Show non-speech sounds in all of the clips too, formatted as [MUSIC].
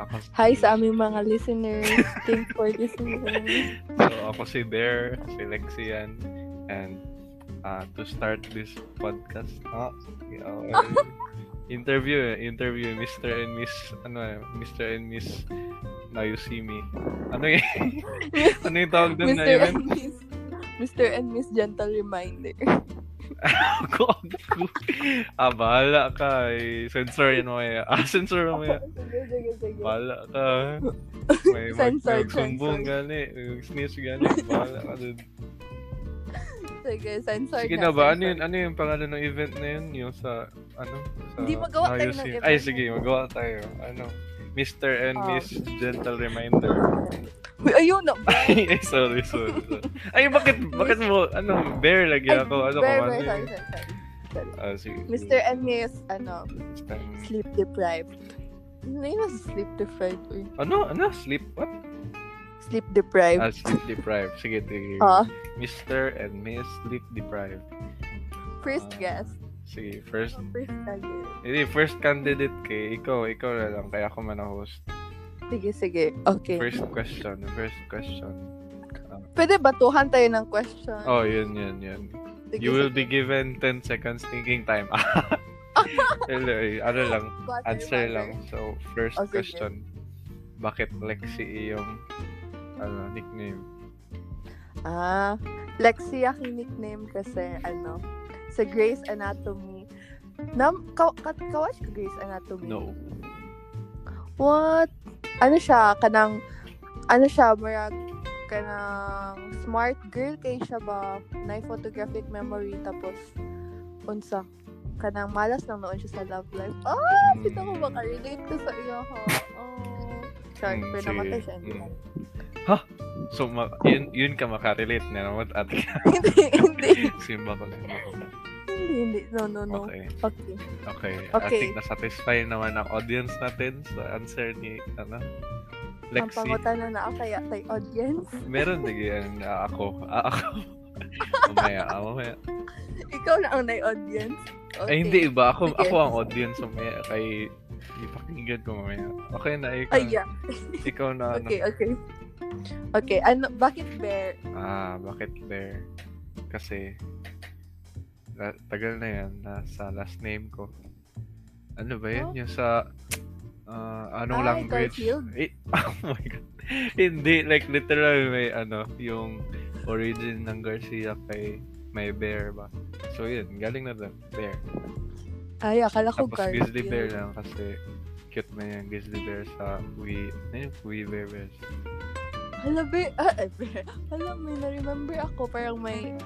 Ako, Hi sa aming mga listeners. Thank for listening. so, ako si Bear, si Lexian, and uh, to start this podcast, ah, [LAUGHS] you know, interview, eh, interview, Mr. and Miss, ano eh, Mr. and Miss, now you see me. Ano yun? [LAUGHS] ano yung tawag doon na Mr. yun? [LAUGHS] and Miss Mr. and Miss Gentle Reminder. God ko. ah, bahala ka. Eh. Censor yun mo eh. Ah, censor mo eh. sige, sige, sige. Bahala ka. May eh. mag- Censor, magsumbong censor. gani. Mag-snitch gani. Bahala ka dun. Sige, censor Sige na ba? Ano yun, ano yung pangalan ng event na yun? Yung sa, ano? Sa Hindi, magawa tayo ng IOC. event Ay, na sige. yun. Magawa tayo. Ano? Mr. and Oh. Miss Gentle Reminder. [LAUGHS] Uy, ayun na. Ay, ay, sorry, sorry. sorry. Ay, bakit, bakit mo, ano, bear lagi Ay, ako. Ano, very, very ko, ano sorry, yun? sorry, sorry. Ah, sige. Mr. and Miss, ano, Mr. sleep deprived. Ano yun? Sleep deprived. Uy, Ano? Ano? Sleep? What? sleep deprived. Ah, sleep deprived. Sige, sige. Ah, Mr. and Miss Sleep Deprived. first guest. Sige, first. First guest. Hindi, first candidate kay ikaw. Ikaw na lang. Kaya ako man ang host. Sige, sige. Okay. First question. First question. Pwede batuhan tayo ng question. Oh, yun, yun, yun. Sige, You will sige. be given 10 seconds thinking time. [LAUGHS] Hello, eh, ano lang. Butter, Answer butter. lang. So, first Oh, sige. question. Bakit Lexi iyong ano, nickname? Ah, Lexi aking nickname kasi ano, sa Grey's Anatomy. Nam, ka, ka, kawatch ka Grey's Anatomy? No. What? Ano siya, kanang, ano siya, marag, kanang smart girl kay siya ba? Na photographic memory, tapos, unsa, kanang malas lang noon siya sa love life. Ah, Hmm. sino ko ba ka-relate ko sa iyo, ha? Oh. Sorry, Mm, pero sige. namatay siya. hindi Mm. Ha? So, ma- yun, yun ka makarelate na naman [LAUGHS] [LAUGHS] at Hindi, hindi. simba ko lang. Hindi, hindi. No, no, no. Okay. Okay. Okay. I Okay. think na-satisfy naman ang audience natin sa answer ni, ano, Ang Lexi. pangutan na ako kaya kay audience. [LAUGHS] Meron nagyan na ako. Ah, ako. Mamaya, ah, mamaya. Ikaw na ang nai-audience. Okay. Ay, hindi iba. Ako, Sige. ako ang audience mamaya. Kay, ipakinggan ko mamaya. Okay na, ikaw, Ay, yeah. ikaw na, ano. Okay, okay. Okay, ano, bakit bear? Ah, bakit there? Kasi, la- tagal na yan, nasa last name ko. Ano ba yun? Yung sa, ah, anong Ay, language? Oh. Garfield. Eh, [LAUGHS] oh my God. Hindi, like literal may ano, yung origin ng Garcia kay may bear ba? So yun, galing na doon, bear. Ay, akala ko Tapos Garfield. grizzly bear lang kasi cute na yan, grizzly bear sa we, ano yung we bear bears? Hala, bear. Ah, eh, bear. Hala, may na-remember ako. Parang may,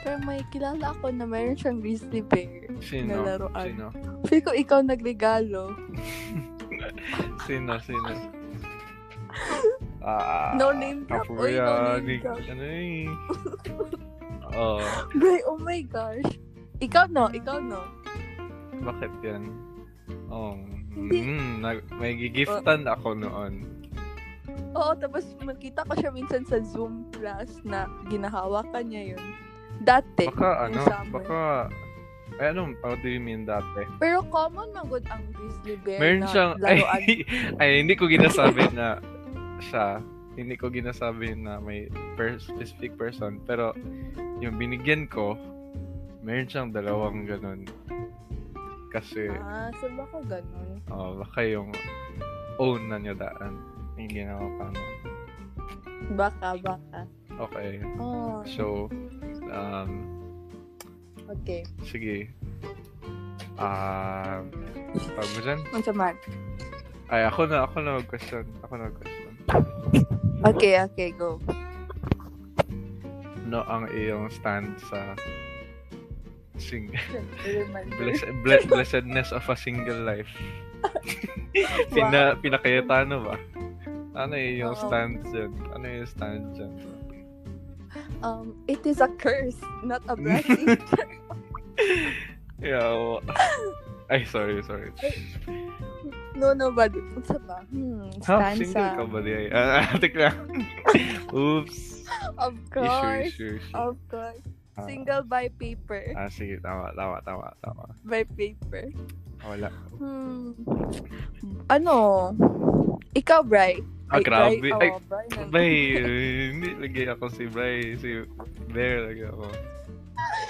parang may kilala ako na mayroon siyang grizzly bear. Sino? Nalaroan. Sino? Feel ko ikaw nagregalo. Sino? Sino? Ah, No name drop. Uy, no kapuya, name di- drop. Ano eh. [LAUGHS] Oh, Bear, oh my gosh. Ikaw no, ikaw no. bakit yan? Oh, Hindi. mm, nag- may gigiftan ako noon. Oo, tapos makita ko siya minsan sa Zoom class na ginahawakan niya yun. Dati. Baka yung ano, summer. baka... Ay, ano, how do you mean dati? Pero common na good ang grizzly bear Meron na siyang, [LAUGHS] ay, laruan. ay, hindi ko ginasabi na siya, hindi ko ginasabi na may per- specific person, pero yung binigyan ko, meron siyang dalawang ganun. Kasi, Ah, so baka ganun. oh, baka yung own na niya daan. Yung ginawa pa niya. Baka, baka. Okay, Oh, so, um, okay. sige. Ah, tawag mo dyan? Ang samat. Ay, ako na, ako na mag-question. Ako na mag-question. Okay, okay, go. Ano ang iyong stand sa sing [LAUGHS] Remember. bless, bless, blessedness of a single life. Pina, pinakayatano ba? Ano eh, yung Oo. stand dyan? Ano yung stand dyan? Um, it is a curse, not Hmm. a [LAUGHS] blessing. Yeah, oo. Ay, sorry, sorry. no, no, but sa ba? Hmm, Ha? stand Ah, Single sa... ka ba di ay? Ah, ah, [LAUGHS] teka. Oops. Of Issue, course. issue, issue. Of course. Ah, Single by paper. Ah, sige, tama, tama, tama, tama. By paper. Wala. Hmm. Ano? Ikaw, Bri. Ah, grabe. Bri, Ay, oo, Bri, oh, nandun. Bay, hindi lagi ako si Bay, si Bear lagi ako.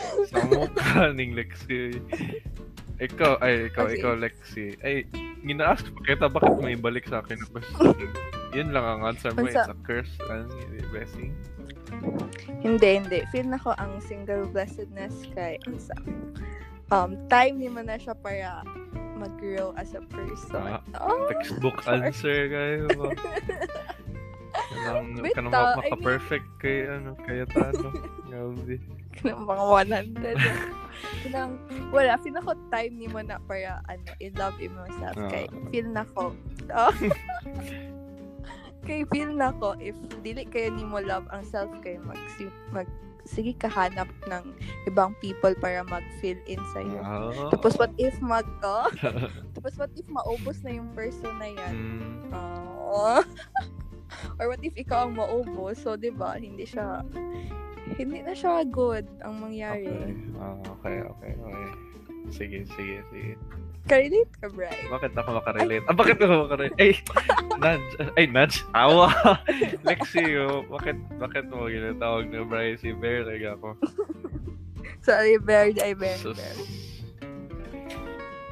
[LAUGHS] Sa mukha ning Lexi. Ikaw, ay, ikaw, Okay. ikaw, Lexi. Ay, gina-ask pa kita, bakit may balik sa akin na question? Yun lang ang answer mo, Bansa- it's a curse and a blessing. Hindi, hindi. Feel na ko ang single blessedness kay sa um, time ni mo na siya para mag-grow as a person. Ah, Oh, Textbook Sorry. answer kayo. Kanang, Wait, kanang ah, I mean- maka-perfect kay, ano, kaya tano. Grabe. ng mga 100. Kinang, wala, feel na ko time ni mo na para ano, in-love in myself. Ah. Kay, feel na ko. Oh. [LAUGHS] kay feel na ko, if dili kayo ni mo love ang self kay mag, mag sige kahanap ng ibang people para mag-feel in sa'yo. Ah. Tapos what if mag [LAUGHS] oh, Tapos what if maubos na yung person na yan? Mm. Oh. [LAUGHS] Or what if ikaw ang maubos? So, di ba, hindi siya, hindi na siya good ang Okay. mangyari. Ah, okay, okay, okay. Sige, sige, sige. Ka-relate ka, Bri? Bakit ako makarelate? Ah, bakit ako makarelate? Ay, [LAUGHS] Nudge. Ay, Nudge. Awa. [LAUGHS] Lexi, oh, bakit, bakit mo ginatawag na Bryce si Bear? Like ako. Sorry, Bear, I Bear, Sus. Bear.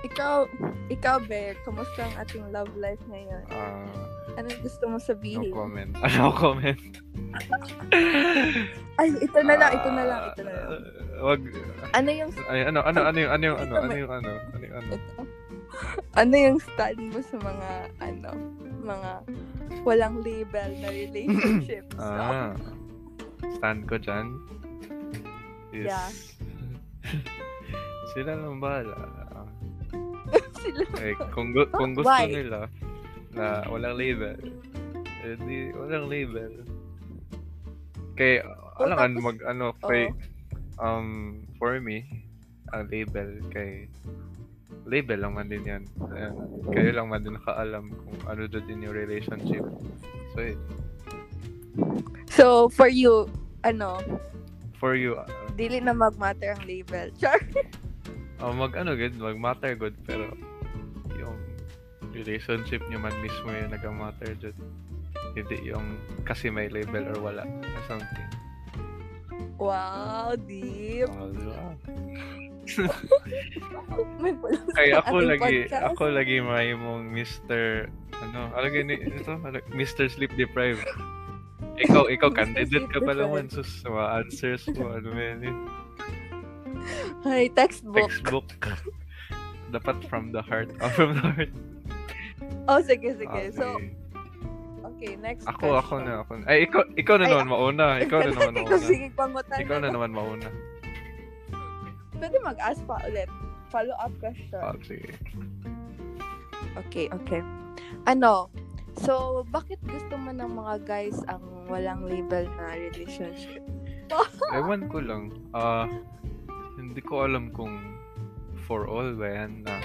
Ikaw, ikaw, Bear, kamusta ang ating love life ngayon? Ah, Anong gusto mo no sabihin? comment. [LAUGHS] Ah, no comment. Ay, ito na lang, ito na lang, ito na lang. Ah, wag. Ano yung, Ay, ano, ano, ano yung, ano yung, ano, ano yung, ano, ano yung, ano. ito? [LAUGHS] Ano yung stand mo sa mga, ano, mga walang label na relationships? [CLEARS THROAT] Ah. Stand ko dyan. Is, Yeah. [LAUGHS] Sila nang bahala. [LAUGHS] Sila. Eh, kung, gu- kung Oh, gusto why? nila na walang label, eh di, walang label. Kaya, Oh, alam nga, tapos- mag, ano, kay, um, for me, ang label kay, label lang man din yan. Ayan. Kayo lang man din nakaalam kung ano doon din yung relationship. So, eh, So, for you, ano, for you, uh, dili na mag-matter ang label. Char! Oh, mag ano good, mag matter good pero yung relationship nyo man mismo yung nagamatter dyan. Hindi yung kasi may label or wala or something. Wow, deep. Oh, di ba? May pala sa Kaya ako ating lagi, podcast. ako lagi may mong Mr. Ano, ano gani ito? Ano, Mr. Sleep Deprived. Ikaw, ikaw, Mr. candidate Sleep ka pala man. Deprived. Sus, mga answers mo. Ano man yun? Ay, textbook. Textbook. Dapat from the heart. Oh, from the heart. Oh, sige, sige. Ah, So, okay, next Ako, ako na, ako na. Ay, ikaw, ikaw na Ay, naman [LAUGHS] mauna. Ikaw na naman Ikaw, mauna. sige, pangutan Ikaw na naman mauna. Pwede mag-ask pa ulit. Follow-up question. Ah, sige. Okay, okay. Ano, so, bakit gusto mo ng mga guys ang walang label na relationship? Ewan ko lang. Ah, hindi ko alam kung for all ba yan na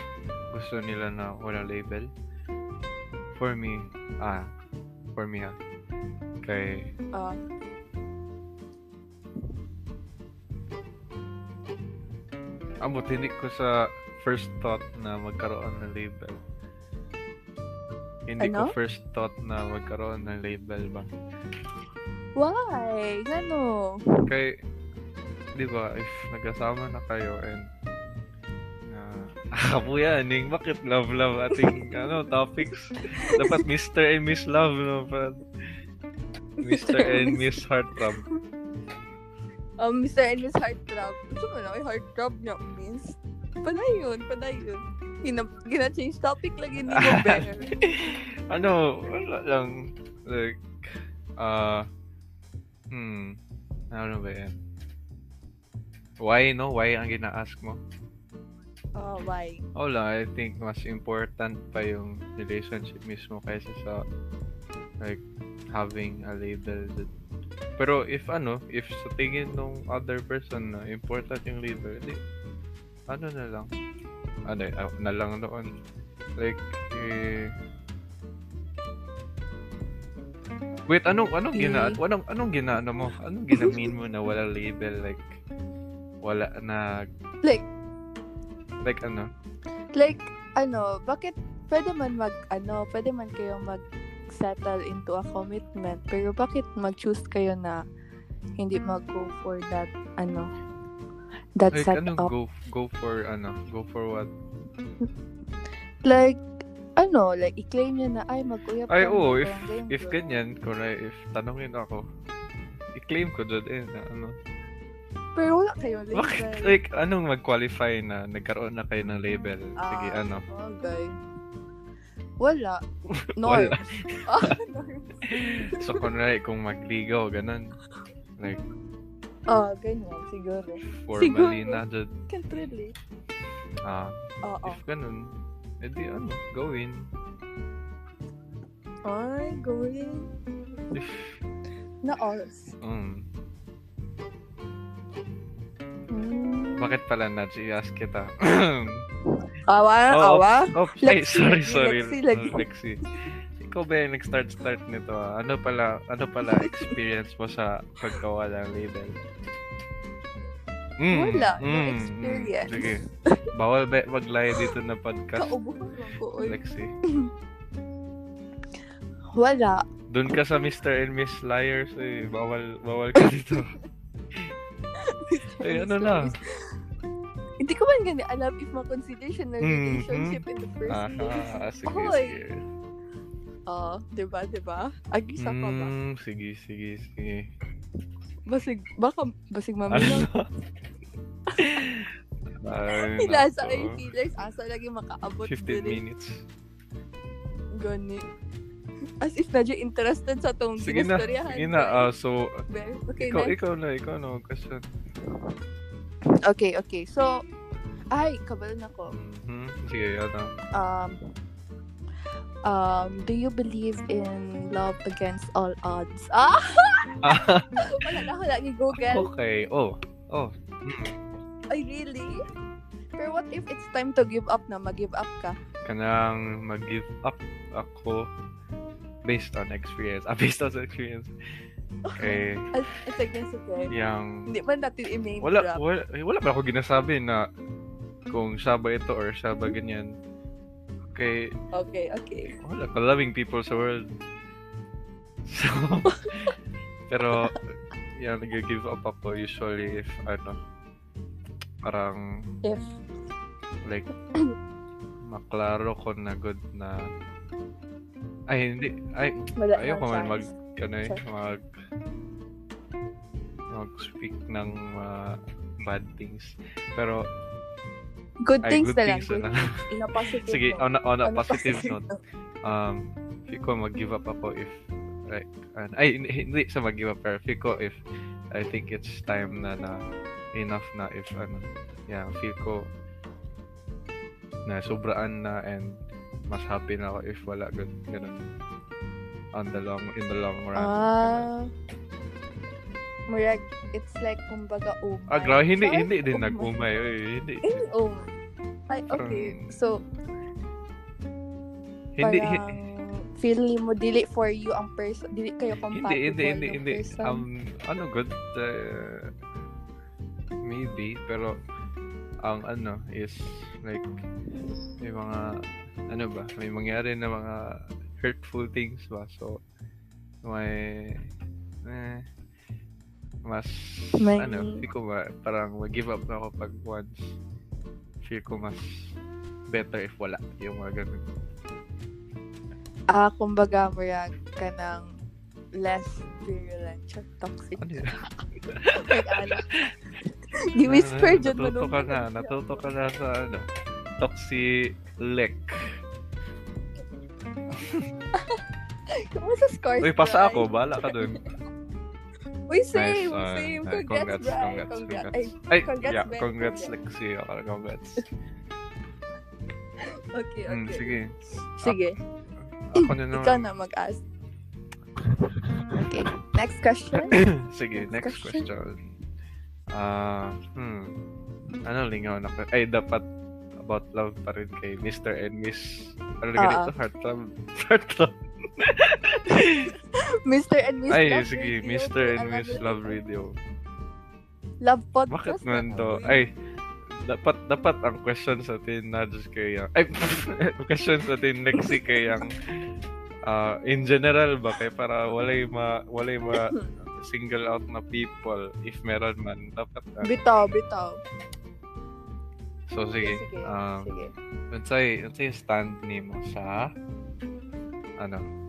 gusto nila na walang label. For me, ah, for me ha. Kay, Ah. amot, hindi ko sa first thought na magkaroon ng label. Hindi Ano? ko first thought na magkaroon ng label ba. Why? Ano? Kay, di ba, if nagkasama na kayo and [LAUGHS] uh, ako yan, yung bakit love love ating [LAUGHS] ano topics dapat Mr. and Miss Love no pa Mr. and Miss Heartthrob Um, Mr. and Miss Heartthrob. Gusto mo na, ay heartthrob niya, Miss. Pala yun, pala yun. Gina- Gina-change topic lagi ni mo, Ben. [LAUGHS] ano wala lang like ah hmm ano ba yan why no why ang gina-ask mo Oh, why? Wala, I think mas important pa yung relationship mismo kaysa sa like having a label. that- Pero if ano, if sa tingin nung other person na important yung label, di, ano na lang. Ano, ah, na lang noon. Like, eh, Wait, anong anong Eh. gina anong anong ginaano mo? Anong ginamin mo na wala label like wala na Like- like ano? Like, ano, bakit pwede man mag, ano, pwede man kayong mag settle into a commitment. Pero bakit mag-choose kayo na hindi mag-go for that, ano, that Mm. Like, set ano, up? go, go for, ano, go for what? Like, ano, like, i-claim niya na, ay, mag-uyap Ay, kami, oo, if, parang ganyan, if bro." ganyan, kunwari, if tanongin ako, i-claim ko doon eh, na ano. Pero wala kayo label. [LAUGHS] Bakit, like, anong mag-qualify na nagkaroon na kayo ng label? Sige, Ah, ano. bagay. [LAUGHS] Wala. Norms. [LAUGHS] Ah, norms. so, kunwari, kung magligaw, ganun. Like, Ah, ganyan, siguro. formally Siguro. na dyan. Can't relate. Ah, Oo. if ganun, edi ano, gawin. Ay, going. If, Na alls. um, Mm. bakit pala, Nats, i-ask kita? [CLEARS THROAT] Awa, Oo. awa. Oops, ay, Lexi, sorry, Lexi, sorry. Lexi, Lexi. Oh, Lexi. Ikaw ba yung nag-start-start nito? ah? Ano pala, ano pala [LAUGHS] experience mo sa pagkawa ng label? Mm, Wala, no mm, experience. Mm, sige. Bawal ba maglaya dito na podcast, Kaubuhan lang ko. oy. Lexi? Wala. Doon ka sa Mr. and Miss Liars eh. Bawal, bawal ka [LAUGHS] dito. eh, ano na? Hindi ko man gani alam if makonsider siya na Mm, relationship in the first place. Aha, sige, Oy. sige. Ah, diba, diba? Agis ako ba? Mm, sige, sige, sige. Basig, baka [LAUGHS] basig mami Ano? lang. Ay, Hilasa nako. kayo killers. Asa lagi makaabot 15 diri. minutes. Gani. As if medyo interested sa tong Sige na, ginistoryahan sige ko, na. eh. ah, so, Be- okay ikaw, na. ikaw na, ikaw na, question. Okay, okay. So, ay, kabalo na ko. Mhm. Sige, ano. um, um, do you believe in love against all odds? [LAUGHS] Ah! Ah, Wala na ako lagi Google. okay, oh, oh. Ay, really? Pero what if it's time to give up na? Mag-give up ka? Kanang mag-give up ako based on experience. [LAUGHS] Ah, based on experience. Okay, Ay, it's like, yes, okay. yung... Hindi man natin i-main Wala, drop. wala, eh, wala ba ako ginasabi na kung siya ba ito or siya ba ganyan. Okay, Okay, okay. wala ka Oh, loving people sa world. [LAUGHS] So, pero, yan, nag-give up ako usually if, ano, parang, If, [COUGHS] like, maklaro ko na good na, ay, hindi, ay, wala ayoko nang man mag, chance. ano eh, Sorry. mag, mag-speak ng mga bad things. Pero, Good ay, things good na lang. things Good na lang. things. In a positive [LAUGHS] sige, note. on a, on a On a positive note, note. um, feel ko mag-give up ako if, like, an- ay, hindi- hindi sa mag-give up, pero feel ko if, I think it's time na na, enough na if, ano, yeah, feel ko, na sobraan na and mas happy na ako if wala gan ganun on the long in the long run. Ah. Murag, it's like, kumbaga, oh my. ah, grabe, hindi God, hindi din oh my nagumay, oy, hindi. Eh, oh. Ay, okay. Parang- So, Hindi parang hi- feeling mo dili for you ang person, dili kayo hindi compatible hindi hindi ng hindi. person. Um ano good uh, maybe pero ang ano is like may mga ano ba may mangyari na mga hurtful things ba so may eh, mas May- ano feel ko ba parang mag-give up na ako pag once feel ko mas better if wala yung mga ganun Ah, kumbaga, murag ka ng less virulent, siya, toxic. ano [LAUGHS] yun? Ah, Nag-ala. Gi-whisper dyan mo Natuto ka na, natuto ka na sa ano, toxilic. Kumusta scores? Uy, pasa ako, bahala ka dun. Uy, [LAUGHS] same, ah, same. ah, Congrats, Brian. Congrats. Ay, Ay, congrats, yeah, Ben, congrats, congrats. Lexi. Okay, [LAUGHS] congrats. okay, Mm, okay. sige. Ah, ano Sige, Ako na ikaw naman. na mag-ask. Okay, next question. sige, next Next question. question. Ah, hmm. Ano lingaw na ko? Ay, dapat about love pa rin kay Mr. and Miss. Ano Ah, ganito? ah. Heart love. [LAUGHS] Heart love. Mr. and Miss Ay, Love sige, Radio Mr. to and Miss another Love Radio. Love Bakit podcast. man na to? ako eh. Ay, dapat dapat ang [LAUGHS] question sa atin na just kay yung... Ay, question sa atin Lexi kay yung ah, in general ba kay para walay ma walay ma single out na people if meron man dapat na. Bitaw, bitaw. So sige. Sige, Um, sige. unsay unsay stand nimo sa ano? [LAUGHS]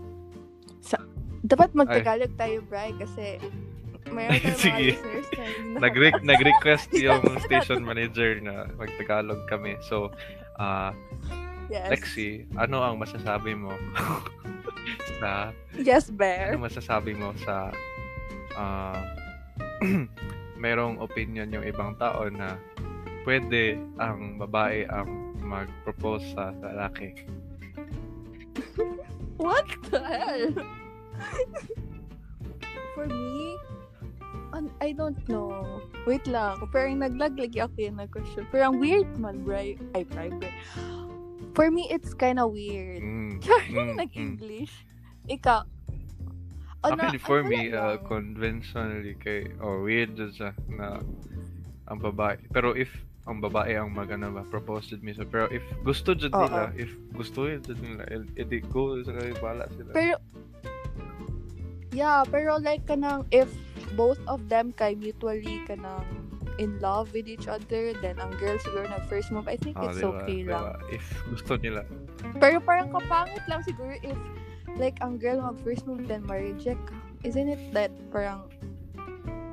Dapat magtagalog tayo, Bri, kasi [LAUGHS] mayroon tayong mga Sige. listeners na hindi [LAUGHS] Nag nag-request yung station manager na magtagalog kami. So ah yes. Lexi, ano ang masasabi mo [LAUGHS] sa Yes, Bear. ano masasabi mo sa ah, [CLEARS THROAT] merong opinion yung ibang tao na pwede ang babae ang mag-propose sa lalaki. What the hell? [LAUGHS] For me, an- I don't know. Wait lang. Pero yung naglaglagi ako yun na question. Pero ang weird man, Bri. Ay, Bri, Bri. For me, it's kinda weird. Mm, mm, mm. Nag-English. Ikaw. Ano- Actually, for ano me, lang? uh, conventionally kay, or weird dun sa na ang babae. Pero if ang babae ang magana ba, propose dun mismo. Pero if gusto dyan Oo. nila, if gusto yun dyan nila, eh, ed- edi go, sila bala sila. Pero, yeah, pero like kanang if both of them kay mutually kanang in love with each other, then ang girl siguro na first move, I think Ah, it's diba? okay Diba? lang. If gusto nila. Pero parang kapangit lang siguro if like ang girl mag first move then ma-reject ka. Isn't it that parang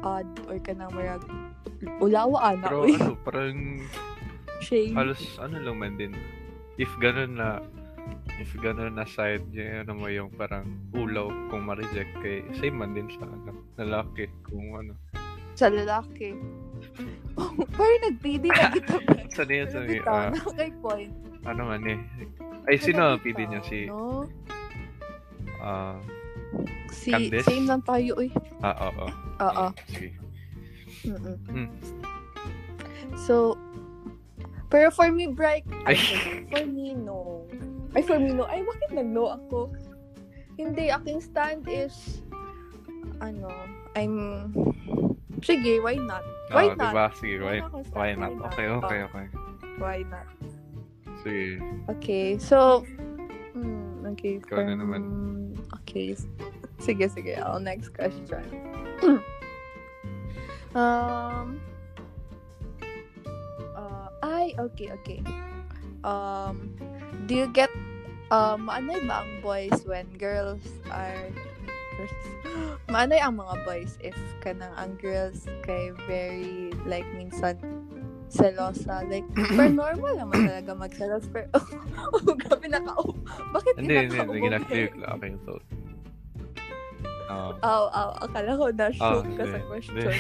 odd or kanang marag ulawaan na [LAUGHS] Pero uy, ano, parang shame. halos ano lang man din. If ganun na if ganun na side niya, ano mo yung parang ulaw kung ma-reject kay same man din sa ano, lalaki kung ano. Sa lalaki. [LAUGHS] parang nag-PD [LAUGHS] na kita. Sa niya sa niya, Bitaw ah, na kay point. ano man eh. Ay, sino ang pili niya? niya Si, No? ah, Si, Candice? same lang tayo, uy. ah, oo. Oo. Sige. Mm-mm. Mm. So, pero for me, [LAUGHS] Bright, Ay. for me, no. Ay, for me, no. Ay, bakit nag-no ako? Hindi, aking stand is, ano, I'm, sige, why not? Why Oo, not? diba? Sige, why, Wala akong stand, why not? Okay, okay, Oh, okay. why not? Sige. Okay, so, hmm, okay. Ikaw na from- naman. Okay. Sige, sige. I'll next question. [CLEARS THROAT] um, uh, ay, okay, okay. Um, do you get, um, maanay ba ang boys when girls are, girls, [GASPS] maanay ang mga boys if kanang ang girls kay very, like, minsan, selosa. [CLEARS THROAT] Like, pero normal naman talaga magselos. Pero, [LAUGHS] oh, grabe nakaupo. Bakit Hindi, hindi, hindi. ginakaupo, Ginaklear Mel? ko lang ako yung thought. Ah. Oo. Aw, aw, akala ko na shoot ka sa Ah, hindi, question. hindi.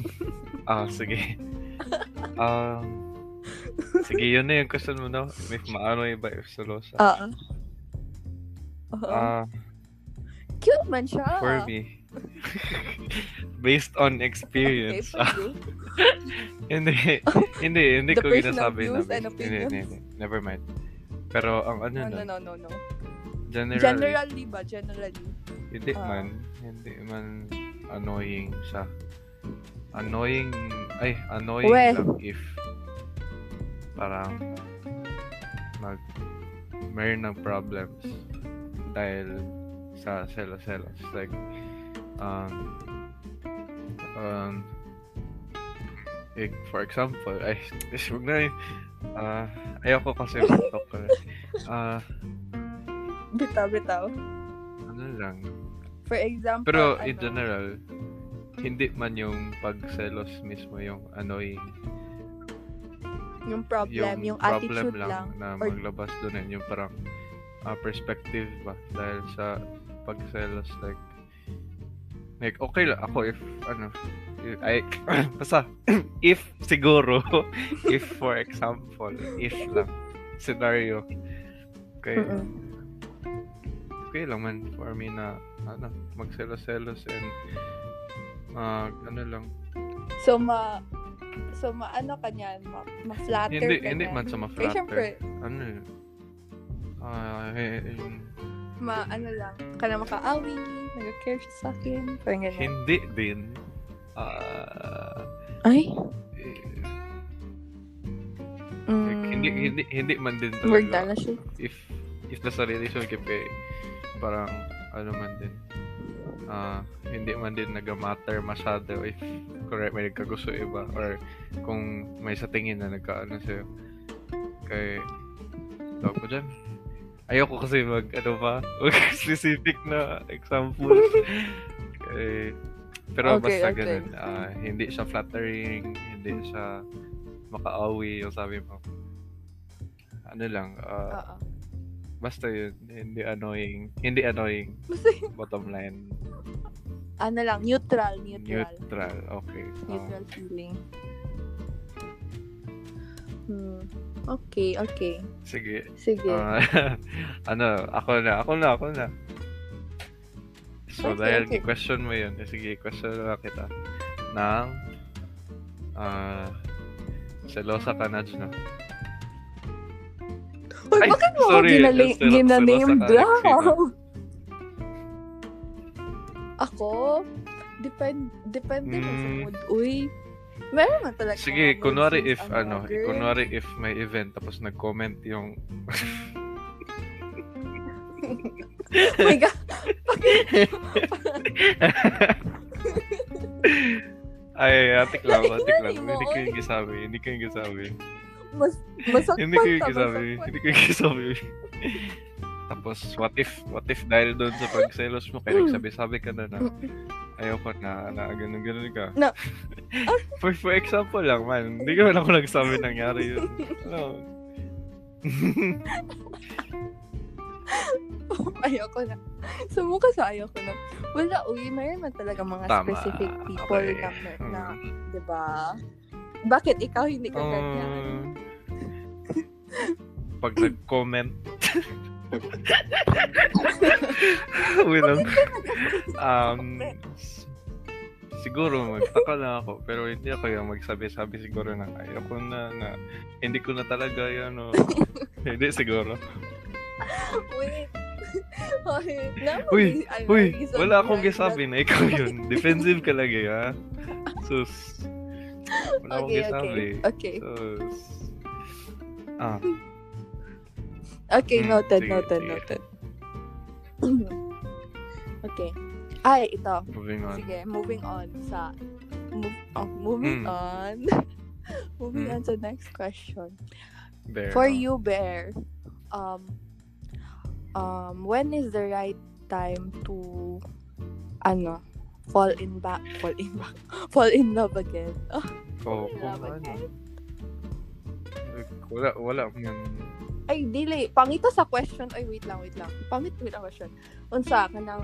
[LAUGHS] Ah, sige. [LAUGHS] Um, sige, yun na yung question mo na. If maano yung ba if salosa. Oo. Ah, Oo. Ah, Cute man siya. for me. [LAUGHS] based on Okay, experience. for you. [LAUGHS] hindi, hindi, hindi The ko personal ginasabi na. views and based- Hindi, hindi, opinions. hindi. Never mind. Pero ang ano No, na, no, no, no, no. generally, Generally ba? Generally. hindi Ah. man, hindi man annoying sa annoying, ay, annoying Well. lang if parang mag meron ng problems dahil sa selos-selos. Like, um, um, eh, for example, ay, [LAUGHS] huwag na yun. Ah, ayoko [LAUGHS] kasi mag-talk ko. Ah, Bitaw, bitaw. ano lang, For example, Pero in ano, general, hindi man yung pagselos mismo yung annoying. yung problem, yung, attitude lang. na or- maglabas doon yun, yung parang ah, perspective ba dahil sa pagselos like like okay lang ako if ano if- ay [COUGHS] basta if siguro [LAUGHS] if for example if lang scenario okay Mm-mm. okay lang man for me na ano magselos-selos and ah, ano lang So, ma... So, ma ano ka niyan? Ma, ma-flatter Hindi, ka hindi niyan. man sa ma-flatter. Eh, syempre, ano yun? Ah, eh, eh, yung- ma ano lang. Ka na makaawi, nag-care siya sa akin. Parang ganyan. hindi din. Ah, Ay? eh, Mm, hindi, hindi, hindi man din talaga. Word mm, na na siya. If, is the sa relationship eh, parang ano man din. Ah, hindi man din nag-matter masyado if correct may nagkagusto iba or kung may sa tingin na nagkaano sa'yo. Kay, tawag ko dyan. Ayoko kasi mag, ano ba, [LAUGHS] mag specific na [LAUGHS] example. Kay, pero Okay, basta okay. ganun. ah, hindi siya flattering, hindi siya makaawi yung sabi mo. Ano lang, Oo. ah, basta yun, hindi annoying, hindi annoying, Basta bottom [LAUGHS] line, ano lang, neutral, neutral. neutral, okay. ah. Neutral feeling. Hmm. Okay, okay. sige, Sige. Ah, [LAUGHS] ano, ako na, ako na, ako na. So, Okay, dahil okay. question mo yun, eh, sige, question na lang kita. Nang, ah, selosa ka na, Juno. Uy, ay, bakit mo ako sorry, ginali- sila- ginaname sila sa drop? Alexina. [LAUGHS] Ako? Depend, depende na sa Mm. mood. Uy, meron na talaga. Sige, mga kunwari moods if, na ano, girl. kunwari if may event, tapos nag-comment [LAUGHS] yung, Oh my God. [LAUGHS] ay, atik lang, Like, atik lang. nani mo, Hindi ko yung oy. gisabi, hindi ko yung gisabi. Mas, masakpan Hindi ko yung ka, gisabi. masakpan. [LAUGHS] Hindi ko yung gisabi. Tapos, what if, what if dahil doon sa pagselos mo, kaya nagsabi-sabi ka na na, ayoko na, na ganun-ganun ka. No. [LAUGHS] for, for example lang, man, hindi ko man ako nagsabi nangyari yun. Ano? [LAUGHS] ayoko na. Sumuka sa ayoko na. Wala, uy, mayroon man talaga mga Tama. specific people Okay. Hmm. na, na, di ba? Bakit ikaw hindi ka ganyan? [LAUGHS] Um, pag [LAUGHS] nag-comment, Wait lang. Um, s- siguro magtaka lang ako pero hindi ako yung magsabi-sabi siguro na ayoko na na hindi ko na talaga [LAUGHS] yan o hindi siguro Uy, [LAUGHS] uy, na- Uy, ano, Uy, isang wala akong brand gisabi na ikaw [LAUGHS] yun. Defensive ka lagi, ha? Sus. na- Wala akong Okay, gisabi. okay, okay. Sus. Ah, Okay, Mm, noted, sige, noted, sige. [COUGHS] noted. okay. Ay, ito. moving on. Sige, moving on sa... Move, oh, moving Mm. on. [LAUGHS] moving Mm. on sa next question. Bear. For you, Bear, um, um, when is the right time to, ano, fall in back, fall in back, [LAUGHS] fall in love again? Oh, Oh, Wala ba kung ano. Wala, wala. man. ay, dili. Pangita sa question. Ay, wait lang, wait lang. Pangit, wait lang question. Unsa, kanang,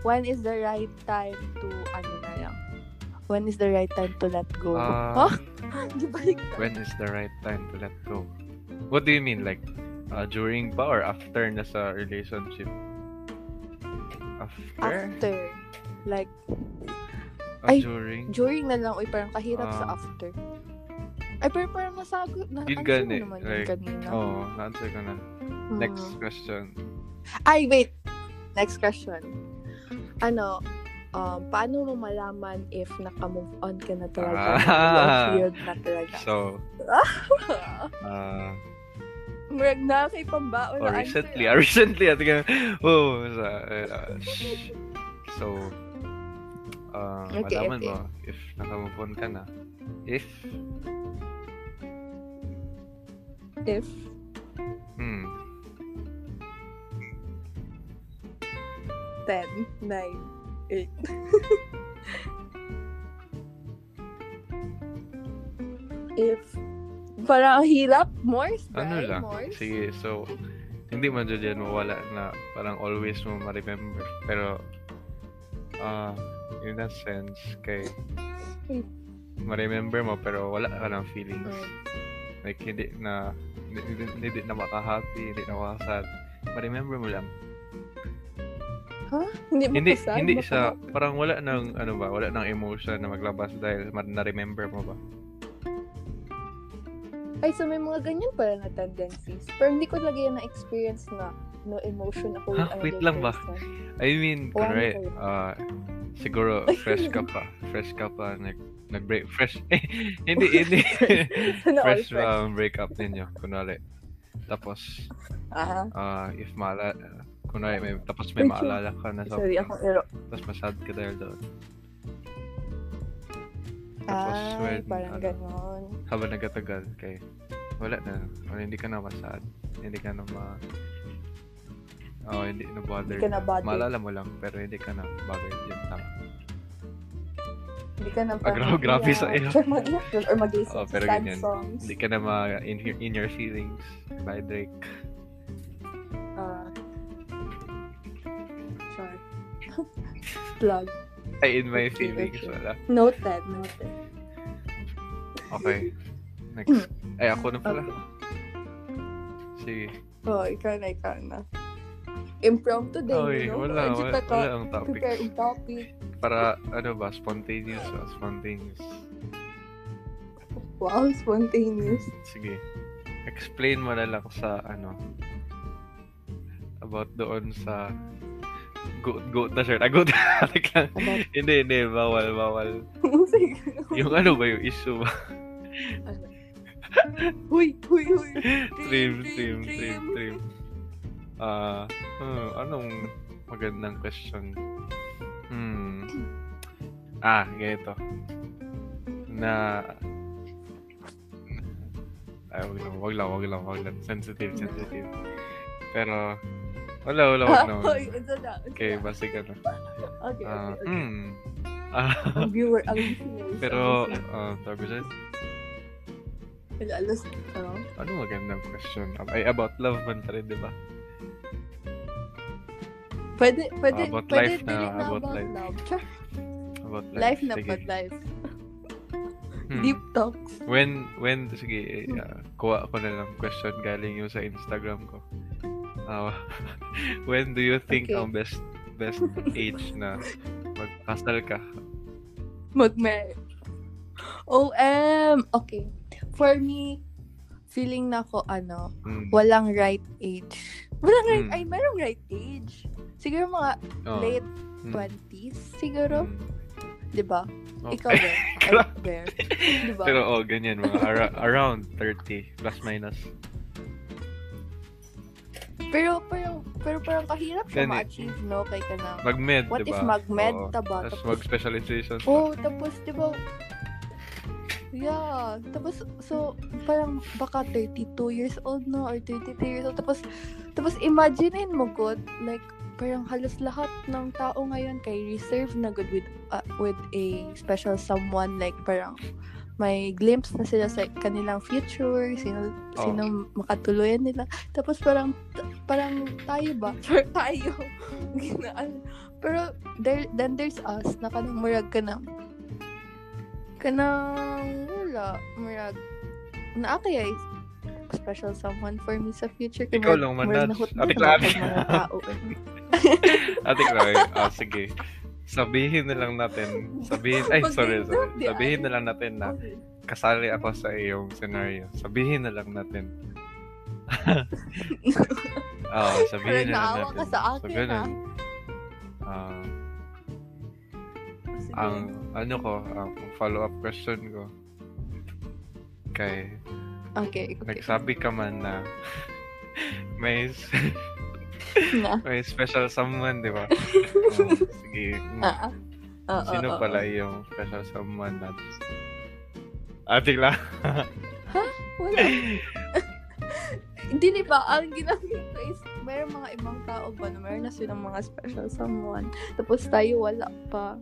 when is the right time to, ano na lang, when is the right time to let go? [LAUGHS] Ah, huh? Gibalik na. when is the right time to let go? What do you mean? Like, uh, during ba or after na sa relationship? After? After. Like, Ah, Ay, during? during na lang, uy, parang kahirap sa Ah. after. Ay, pero parang nasagot. Na, Yun answer mo gani, naman yun like, kanina. Oo, oh, na-answer ko na. Hmm. Next question. Ay, wait. Next question. Ano, um, paano mo malaman if naka-move on ka na talaga? Ah. Yung field na talaga. [LAUGHS] So, uh, Ah! Murag na kay pambao or na recently, ah, [LAUGHS] answer. recently, at ka, oh, sa, uh, shh. so, uh, Okay, malaman okay. mo, if nakamove on ka na, if, If, hmm, 10, 9, 8. [LAUGHS] if, parang ang hirap, Morse, ano right? lang, Morse? sige, so, hindi man dyan yan mawala na parang always mo ma-remember, pero, ah, in a sense, kay, ma-remember mo, pero wala ka ng feelings. Mm. Like, hindi na, hindi, hindi- hindi na makahappy, hindi na makasad. Ma-remember mo lang. Hindi, mo Hindi, kasal, hindi baka siya, parang wala ng, ano ba, wala ng emotion na maglabas dahil ma- na-remember mo ba? Ay, so may mga ganyan pala na tendencies. Pero hindi ko talaga yan na-experience na no emotion ako with Ha? another Wait lang ba? person. [LAUGHS] I mean, Wala kunwari, na kayo. ah, [LAUGHS] siguro, fresh ka pa. Fresh ka pa, nag, nag-break, [LAUGHS] fresh, [LAUGHS] hindi, hindi. Sana all fresh uh, fresh. um, breakup ninyo, kunwari. Tapos, Ah, ah, if maala... Kunwari, may, tapos may Wait, sorry. maalala ka na sa... sorry, ako ero. Tapos masad ka dahil doon. Tapos, Ay, when, parang ano, ganon. habang nagkatagal, kay wala na. Wala, hindi ka na masad. Hindi ka na ma... Oh, hindi na bother. Hindi ka na bothered. Maalala mo lang, pero hindi ka na bothered yung tama. Hindi ka na Ah, gra- grabe sa iyo. Or mag-iyak yun, or mag-listen Oh, sa pero sad ganyan. songs. Hindi ka na ma in, your- in your feelings by Drake. Ah. Sure. [LAUGHS] Plug. Ay, in my Okay, feelings, okay. wala. Noted, noted. Okay. Next. Ay, ako na pala. Sige. Oh, ikaw na, ikaw na. Impromptu din, Oy, you know? wala, Medyo wala, taka- wala ang topic. Prepare yung topic. Para, ano ba, spontaneous ba? Spontaneous. Wow, spontaneous. [LAUGHS] Sige. Explain mo na lang sa, ano, about doon sa goat, goat na shirt. Ah, [LAUGHS] goat Teka lang. About- hindi, hindi. Bawal, bawal. Sige. Yung ano ba yung issue ba? Ano? Huy, huy, [LAUGHS] huy. trim, trim, trim, trim. Ah, hmm, anong magandang question? Hmm. Ah, ganito. Na ay, wag lang, wag lang, wag lang, wag lang. Sensitive, sensitive. Pero, wala, wala, wag na. wag Hoy, na. ito na. ito Oh, Okay, na. basic ano. Okay, Ah, okay, okay. hmm. Ah, [LAUGHS] Ang viewer, ang listeners. ang pero, listeners. ah, tawag ko dyan, Wala, alas, ano? ano magandang question? Ay, about love man pa rin, di ba? Pwede, pwede, About pwede life na, din na about about life. love. Tsaka, About life. Life na Sige. ba, life. Hmm. Deep talks. When, when, sige, Hmm. eh, ah, kuha ko na lang question galing yung sa Instagram ko. Ah, [LAUGHS] when do you think Okay. ang best best age na magpasal ka? Mag-marry. OM! Okay. For me, feeling na ko, ano, Mm, walang right age. Walang right, Mm. ay, merong right age. Siguro mga oh, late mm, 20s, siguro. mm. Di ba? Oh, Ikaw ba? [LAUGHS] Grabe. Bear. Di ba? [LAUGHS] Pero oh, ganyan mga ara- around 30 plus minus. Pero, pero, pero parang kahirap siya Ganyan. ma-achieve, no? Kay ka na. Mag-med, What diba? if mag-med Oo. ta ba? Tapos Tapos- mag-specialization. ka. Oh, tapos, di ba, Yeah. Tapos, so, parang baka 32 years old, no? Or 33 years old. Tapos, tapos imaginein mo, God, like, parang halos lahat ng tao ngayon kay reserve na good with, uh, with a special someone. Like, parang may glimpse na sila sa kanilang future, sino, Oh. sino makatuluyan nila. Tapos parang, t- parang tayo ba? [LAUGHS] Sure, tayo. ano, Ginaan. Pero, there, then there's us, na kanang murag ka na. Kanang, wala, murag, naa kaya is special someone for me sa future. Kaya murag- Ikaw lang man, murag Nats. nahutdan Ate na ako Clara. sa mga tao. eh. Ate Chloe, ah, sige. Sabihin na lang natin. Sabihin, [LAUGHS] ay, sorry, sorry. Sabihin na lang natin ah. na Okay. kasali ako sa iyong scenario. Sabihin na lang natin. [LAUGHS] Oo, Parang sabihin na lang naawa natin. ka sa akin, so, ganun. ah. Ah, ah. Sige. ang ano ko, ang follow-up question ko. Kay, okay, okay. nagsabi ka man na [LAUGHS] may s- [LAUGHS] Na. may special someone, [LAUGHS] di ba? Oo, sige. mm, Ah, ah. Oo, oo, Sino pala oo. yung special someone na Ate lang. [LAUGHS] Wala. Hindi ba? Ang ginamit ko is, mayroong mga ibang tao ba na mayroon na silang mga special someone. Tapos tayo wala pa.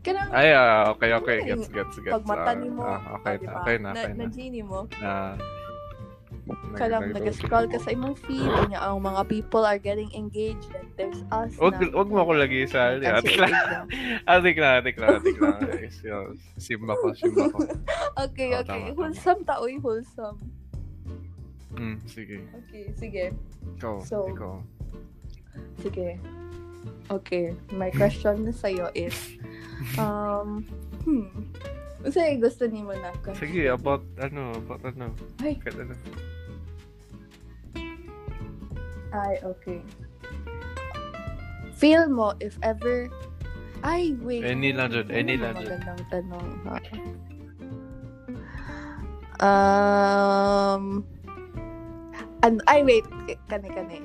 Kaya Ay, ah, okay, okay. Gets, gets, gets. pag mata ni Ah, mo, ah, okay, ah, na, diba? okay na, okay na, na. genie mo. na Ka lang, nag-scroll ka sa imong feed, kanya ang mga people are getting engaged and there's us Wag, na. wag mo ako ah. lagi sa Kasi Atik [LAUGHS] lang. ikaw. Atik lang, atik lang, atik lang. Ay, si- Simba ko, simba ko. Okay, Oo, okay. Oh, tama, tama. Wholesome ta, oy, wholesome. Mm, sige. Okay, sige. Ikaw, So, ikaw. Sige. Okay, my question na sa'yo [LAUGHS] is, um, hmm, Kasi gusto ni mo na question. Sige, about ano, about ano. Ay. Kahit ano. Ay, okay. Feel mo if ever... Ay, wait. Any lang dyan, Ano any ba lang dyan. Magandang tanong, ha? Um, An ay, wait. Kani, kani.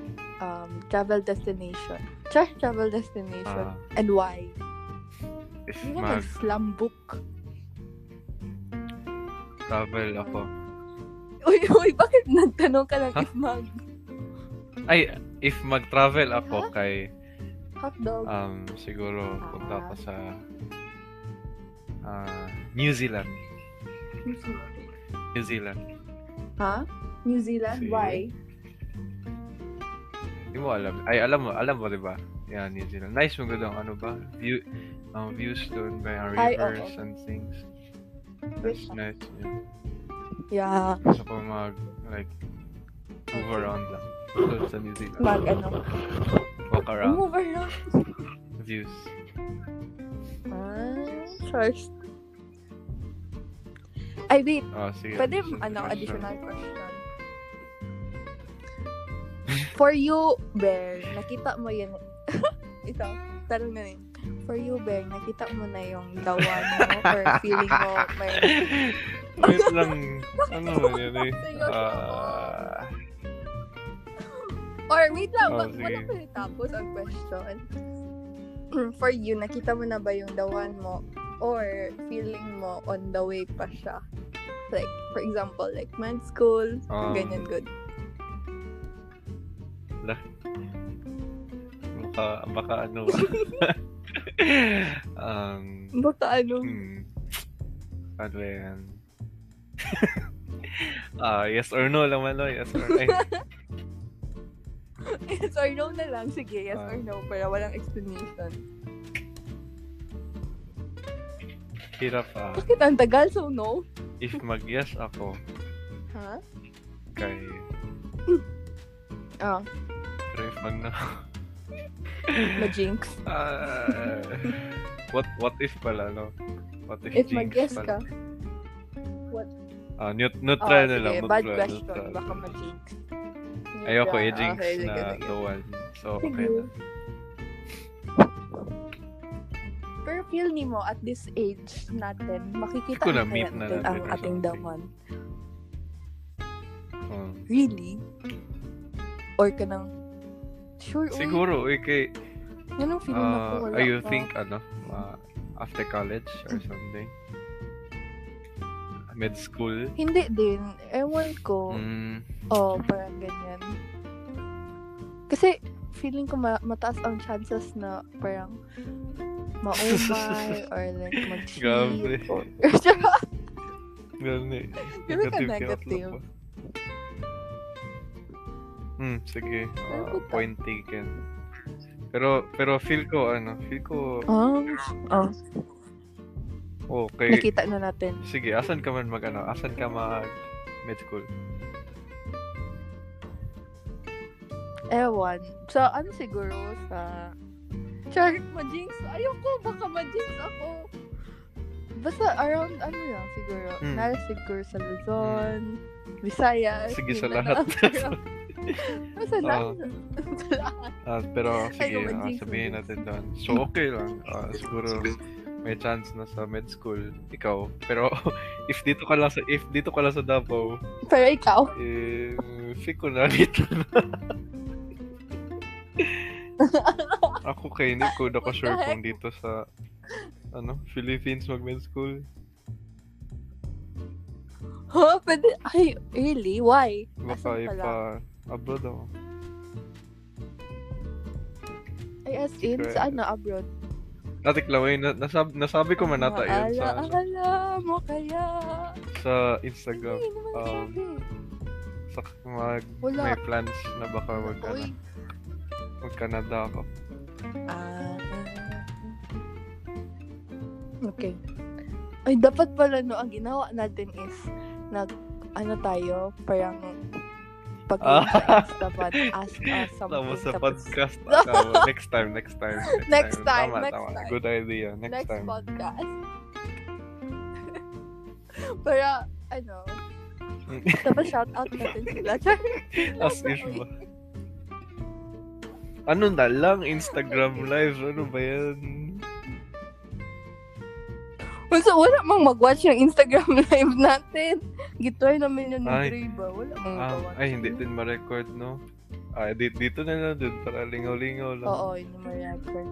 Um, travel destination. Char, travel destination. Ah, And why? is Hindi naman mag slam [LAUGHS] book. travel ako. Uy, uy, bakit nagtanong ka lang Ha? if mag Ay, if mag-travel ako kay hotdog? um siguro punta ako sa ah, New Zealand. New Zealand. New Zealand. Ha? New Zealand? See? Why? Hindi mo alam. Ay, alam mo, alam mo 'di ba? Yeah, New Zealand. Nice mo gud ang ano ba? View um, views doon by ang Ay, oo. rivers and things. That's Rivers. nice. Yeah. Yeah. Gusto ko mag like move around lang. So, sa New Zealand. Mag ano? Walk around. Move around. Views. Ah, charged. Ay, wait. Oh, sige. Pwede, Sige, ano, sure. additional question. For you, Bear, nakita mo yun. [LAUGHS] Ito, tanong na yun. For you, Bear, nakita mo na yung dawa mo or feeling mo may... [LAUGHS] Wait lang. Ano ba yun eh? Seryoso. Ah, Or wait lang, Oh, wag sige. wala ko natapos ang question. [CLEARS THROAT] For you, nakita mo na ba yung dawan mo or feeling mo on the way pa siya? Like, for example, like med school, Um, ganyan good. baka, baka [LAUGHS] ano ba? um, Baka ano, hmm. Ano ba yan? Ah, yes or no lang ano, yes or ay, [LAUGHS] yes or no na lang. Sige, yes or Ah. no, para walang explanation. hirap ah. Bakit ang tagal, so no? If mag-yes ako Ha? kay Ah, pero if mag no [LAUGHS] ma-jinx. ah, what what if pala no? What if, If jinx mag-guess pala? ka. Ah, neut- neutral Ah, na lang. sige, bad neutral, question. neutral. Baka ma-jinx. Ayoko Yeah, i-jinx okay, sige, na sige. the one. So, Sige. okay na. Pero feel ni mo at this age natin, makikita Ko na, kaya meet na natin natin ang or ating something. daman. Oh. Really? Or ka nang, sure, uy, Siguro, uy, kay, ganun feeling na po, uh, wala I you pa. think, ano, uh, after college or something? Med school? Hindi din. Ewan ko. Mm, Oo, parang ganyan. Kasi, feeling ko ma- mataas ang chances na parang [LAUGHS] maumay or like Grabe. mag-cheat or... [LAUGHS] ganun eh. Ganun ka kay outlook negative. mo. Hmm, sige. Ganun Uh, kita. point taken. Pero, pero feel ko, ano, feel ko, Ah, okay. nakita na natin. Sige, asan ka man mag, ano, asan ka mag med school? Ewan. Sa ano siguro sa... Char, ma-jinx. Ayoko, baka ma-jinx ako. Basta around ano lang siguro. Hmm. Nara siguro sa Luzon, Visayas. Sige, sa yun na lahat. lang, [LAUGHS] pero- Basta Oo. lahat. Ah, [LAUGHS] pero sige, naman, ah, Jinx, sabihin Jinx. natin doon. So, okay [LAUGHS] lang. Ah, siguro may chance na sa med school, ikaw. Pero [LAUGHS] if dito ka lang sa if dito ka lang sa Davao, Pero ikaw. [LAUGHS] eh feel ko na dito na. Ako kay Nico, hindi ko sure kung dito sa ano, Philippines mag med school. Huh? Oh, Pwede? Ay, really? Why? Baka Asan pala? ipa abroad ako. Ay, as in, Secret. sa ano, abroad? Natiklawin, eh, na, nasab, nasabi ko man nata yun sa, ano. Maala- ala mo kaya. sa Instagram. Hindi naman Um, grabe. Sa mag, Wala. may plans na baka wag ano. ka Uy. na. Mag Canada ako. Ah. Okay. Ay, dapat pala no, ang ginawa natin is, nag, ano tayo, parang, pag Ah. dapat ask [LAUGHS] us something. Tama sa tapos- podcast. [LAUGHS] Tama. next time, next time. Next time, Tama, next tama. time. Good idea. Next, Next time. [LAUGHS] podcast. [LAUGHS] Para, [LAUGHS] ano, dapat shout out natin sila. Char. As if ba? Ano na lang? Instagram live? Ano ba yan? So, wala mang mag-watch ng Instagram [LAUGHS] live natin. Gitry namin yun ni Ay. Dre ba? Wala mang Um, mag-watch. ay, hindi din ma-record, no? Ah, di- dito na lang, dude. Para lingaw-lingaw lang. Oo, hindi mo record.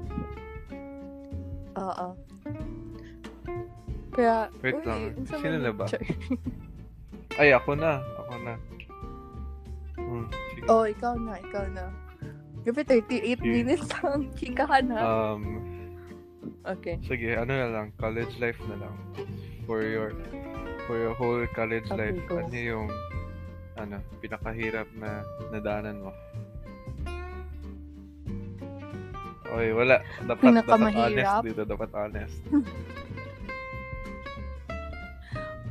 Oo. Kaya, Wait uy, lang. unsa man Sino na ba? mag-try? Ay, ako na. Ako na. Hmm, sige. Oo, Oh, ikaw na, ikaw na. Gabi 38 Sige. minutes lang. [LAUGHS] Kikahan ha. Um, okay. sige, ano na lang. College life na lang. For your for your whole college Okay, life. go. Ano yung ano, pinakahirap na nadaanan mo? Oy, wala. Dapat, dapat honest Pinakamahirap? dito. Dapat honest.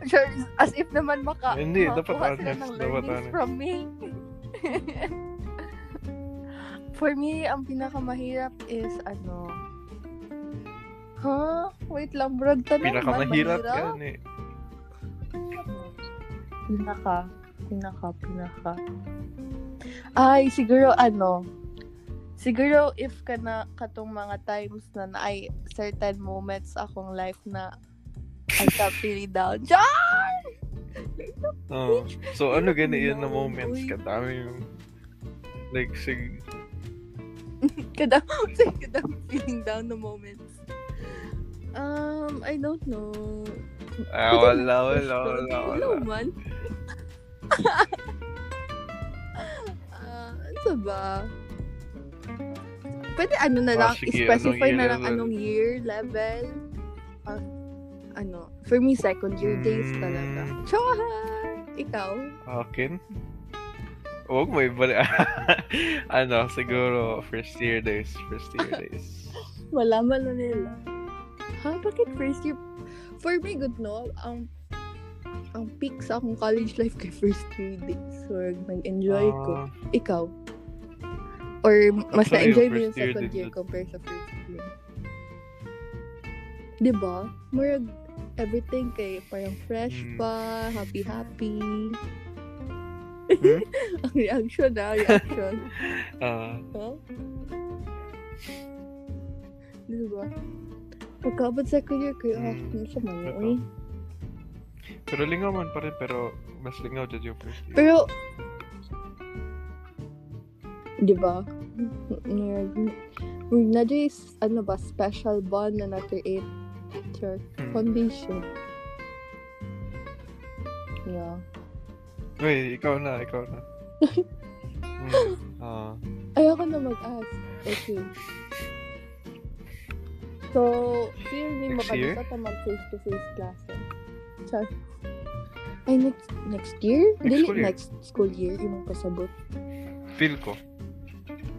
Sure, as if naman maka Hindi, dapat makakuha sila honest, ng dapat learnings honest. from me. [LAUGHS] For me, ang pinakamahirap is ano, Huh? Wait lang, bro. Tanong Pinakamahirap man, mahirap? yan eh. Pinaka, pinaka, pinaka. Ay, siguro ano, siguro if kana katong mga times na naay certain moments sa akong life na I got really down. Diyan! Oo. So ano Hirap gani yun na yun, moments uy. kadami yung like [LAUGHS] sig Kada, kada feeling down na moments. Um, I don't know. ah, wala wala wala Ano wala. man? Ah, ano ba? Pwede ano na lang, Ah, sige, specify anong na year lang level? anong year, level. Ah, ano, for me, second year days Mm. talaga. Char! Ikaw? Akin? Huwag mo ibalik. [LAUGHS] ano, siguro first year days, first year [LAUGHS] days. Wala man na nila. Ha? Bakit first year? For me, good no? Ang ang peak sa akong college life kay first three days. So, nag-enjoy ko. Ah, Ikaw? Or mas Ako, yung na-enjoy mo yung first year second din year yun. compared sa first year? Diba? Murag everything kay parang fresh Mm. pa, happy-happy. Hmm? [LAUGHS] Ang reaction na, [LAUGHS] reaction. ah, Huh? Diba? Pagkabot second year kayo, ah, Mm. ano siya man yun, Totoo. eh. pero lingaw man pa rin, pero mas lingaw dyan yung first year. Pero, di ba? Nerd. Nadyo is, ano ba, special bond na na-create your Hmm. foundation. Yeah. Uy, ikaw na, ikaw [LAUGHS] na. Hmm, ah, Ayoko na mag-ask. Okay. So, feel me Next year? makadito ta mag-face-to-face classes. Char. Ay, next, next year? Next Dili, school year. next school year, yung pasabot. feel ko.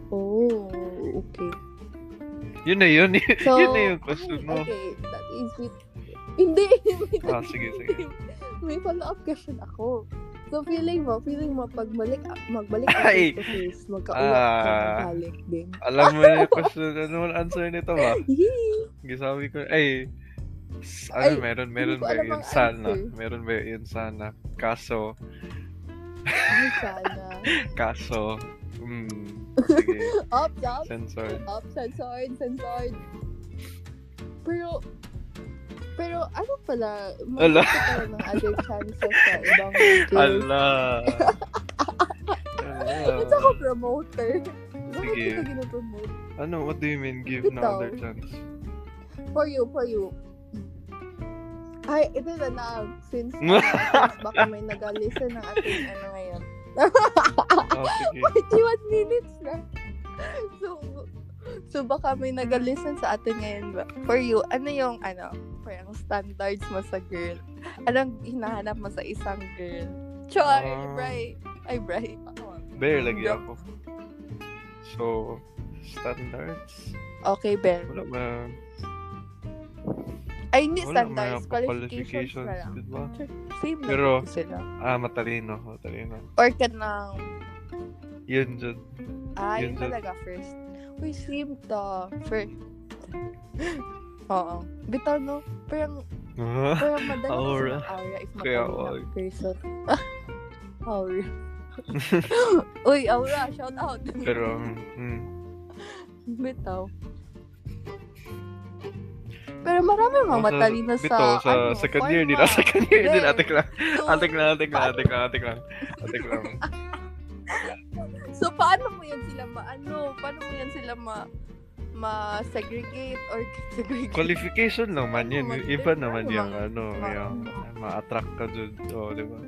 Oh, okay. Yun na yun. [LAUGHS] So, yun na yung question ay, mo. Okay, that is with... Hindi! Ah, sige, sige. [LAUGHS] May follow-up question ako. So, feeling mo, feeling mo, pag malik, magbalik ako Ay! sa face, magkaulat ka Ah. ng balik din. Alam mo na yung question. Ano ang answer nito ba? [LAUGHS] Yee! Gisabi ko, ay, s- Ay, ano, meron, hindi meron ko ba alam yun ang sana? answer. Meron ba yun sana? Kaso, Ay, sana. kaso, mm, sige, [LAUGHS] Up, up, censored. up, censored, censored. Pero, pero ano pala, Ala. magkakaroon pala ng other chances sa ibang girls. [LAUGHS] Ala! Ba't ako Ala! promoter? Bakit Sige. kita ginapromote? Ano, what do you mean give na Bitaw. other chance? For you, for you. Ay, ito na lang. [LAUGHS] Since, since baka may nag-listen ng ating ano [LAUGHS] ngayon. Oh, sige. 21 minutes na. So, so baka may nag-listen sa atin ngayon. ba? For you, ano yung ano? Parang standards mo sa girl? Anong hinahanap mo sa isang girl? Char, Ah. Bray. Ay, Bray. Bear lagi ako. So, standards? Okay, Bell. Wala ba? Ay, hindi Wala may standards. Qualifications na qualifications, lang. di ba? Same na Pero- sila. Ah, matalino, matalino. Or ka ng Yun, [LAUGHS] dyan. Ah, Yun yun dun. talaga first. Uy, same to. First. [LAUGHS] Oo. Bitaw, no? Parang, parang madalas [LAUGHS] Aura. aura. aura if Kaya matalino wag. ang person. [LAUGHS] [LAUGHS] aura. Uy, aura, shout out. mm. Pero, mm, Bitaw. Pero marami mga Nasa- matalino sa, dito, sa ano, second year din. pharma. Ah, [LAUGHS] second year din. Hindi. Atik lang. So, Atik lang, atik lang, atik lang, atik lang. Atik [LAUGHS] lang. so, paano mo yan sila ma, ano, paano mo yan sila ma, ma-segregate or [LAUGHS] segregate? Qualification naman yun. Naman Iba din. naman Ano yung naman? ano, Ma- yung ma-attract ka dun. O, di ba?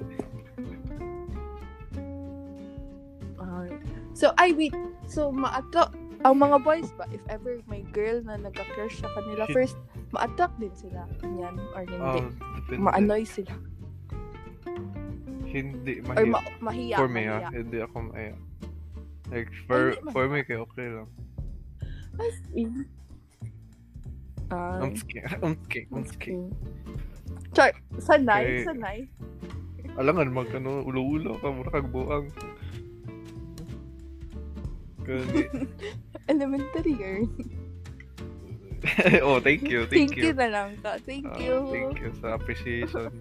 Ah, so, ay, wait. So, ma-attract, ang mga boys ba, if ever may girl na nagka-crush sa kanila, Shit. first, ma-attract din sila. Yan, or Ah, hindi. depende. Ma-annoy sila. Hindi, Or mahiya. ma- mahiya. For me, mahiya. ha? Hindi ako mahiya. Like, for, Hindi, for me, kayo okay lang. Ah, Umtski, [LAUGHS] umtski, umtski. Char, sanay, Okay. sanay. [LAUGHS] Alangan, mag ano, ulo-ulo ka, mura kag buang. Gani. [LAUGHS] Elementary year. [LAUGHS] oh, thank you, thank, you. na lang ka. Thank Ah, you. thank you sa [LAUGHS] appreciation.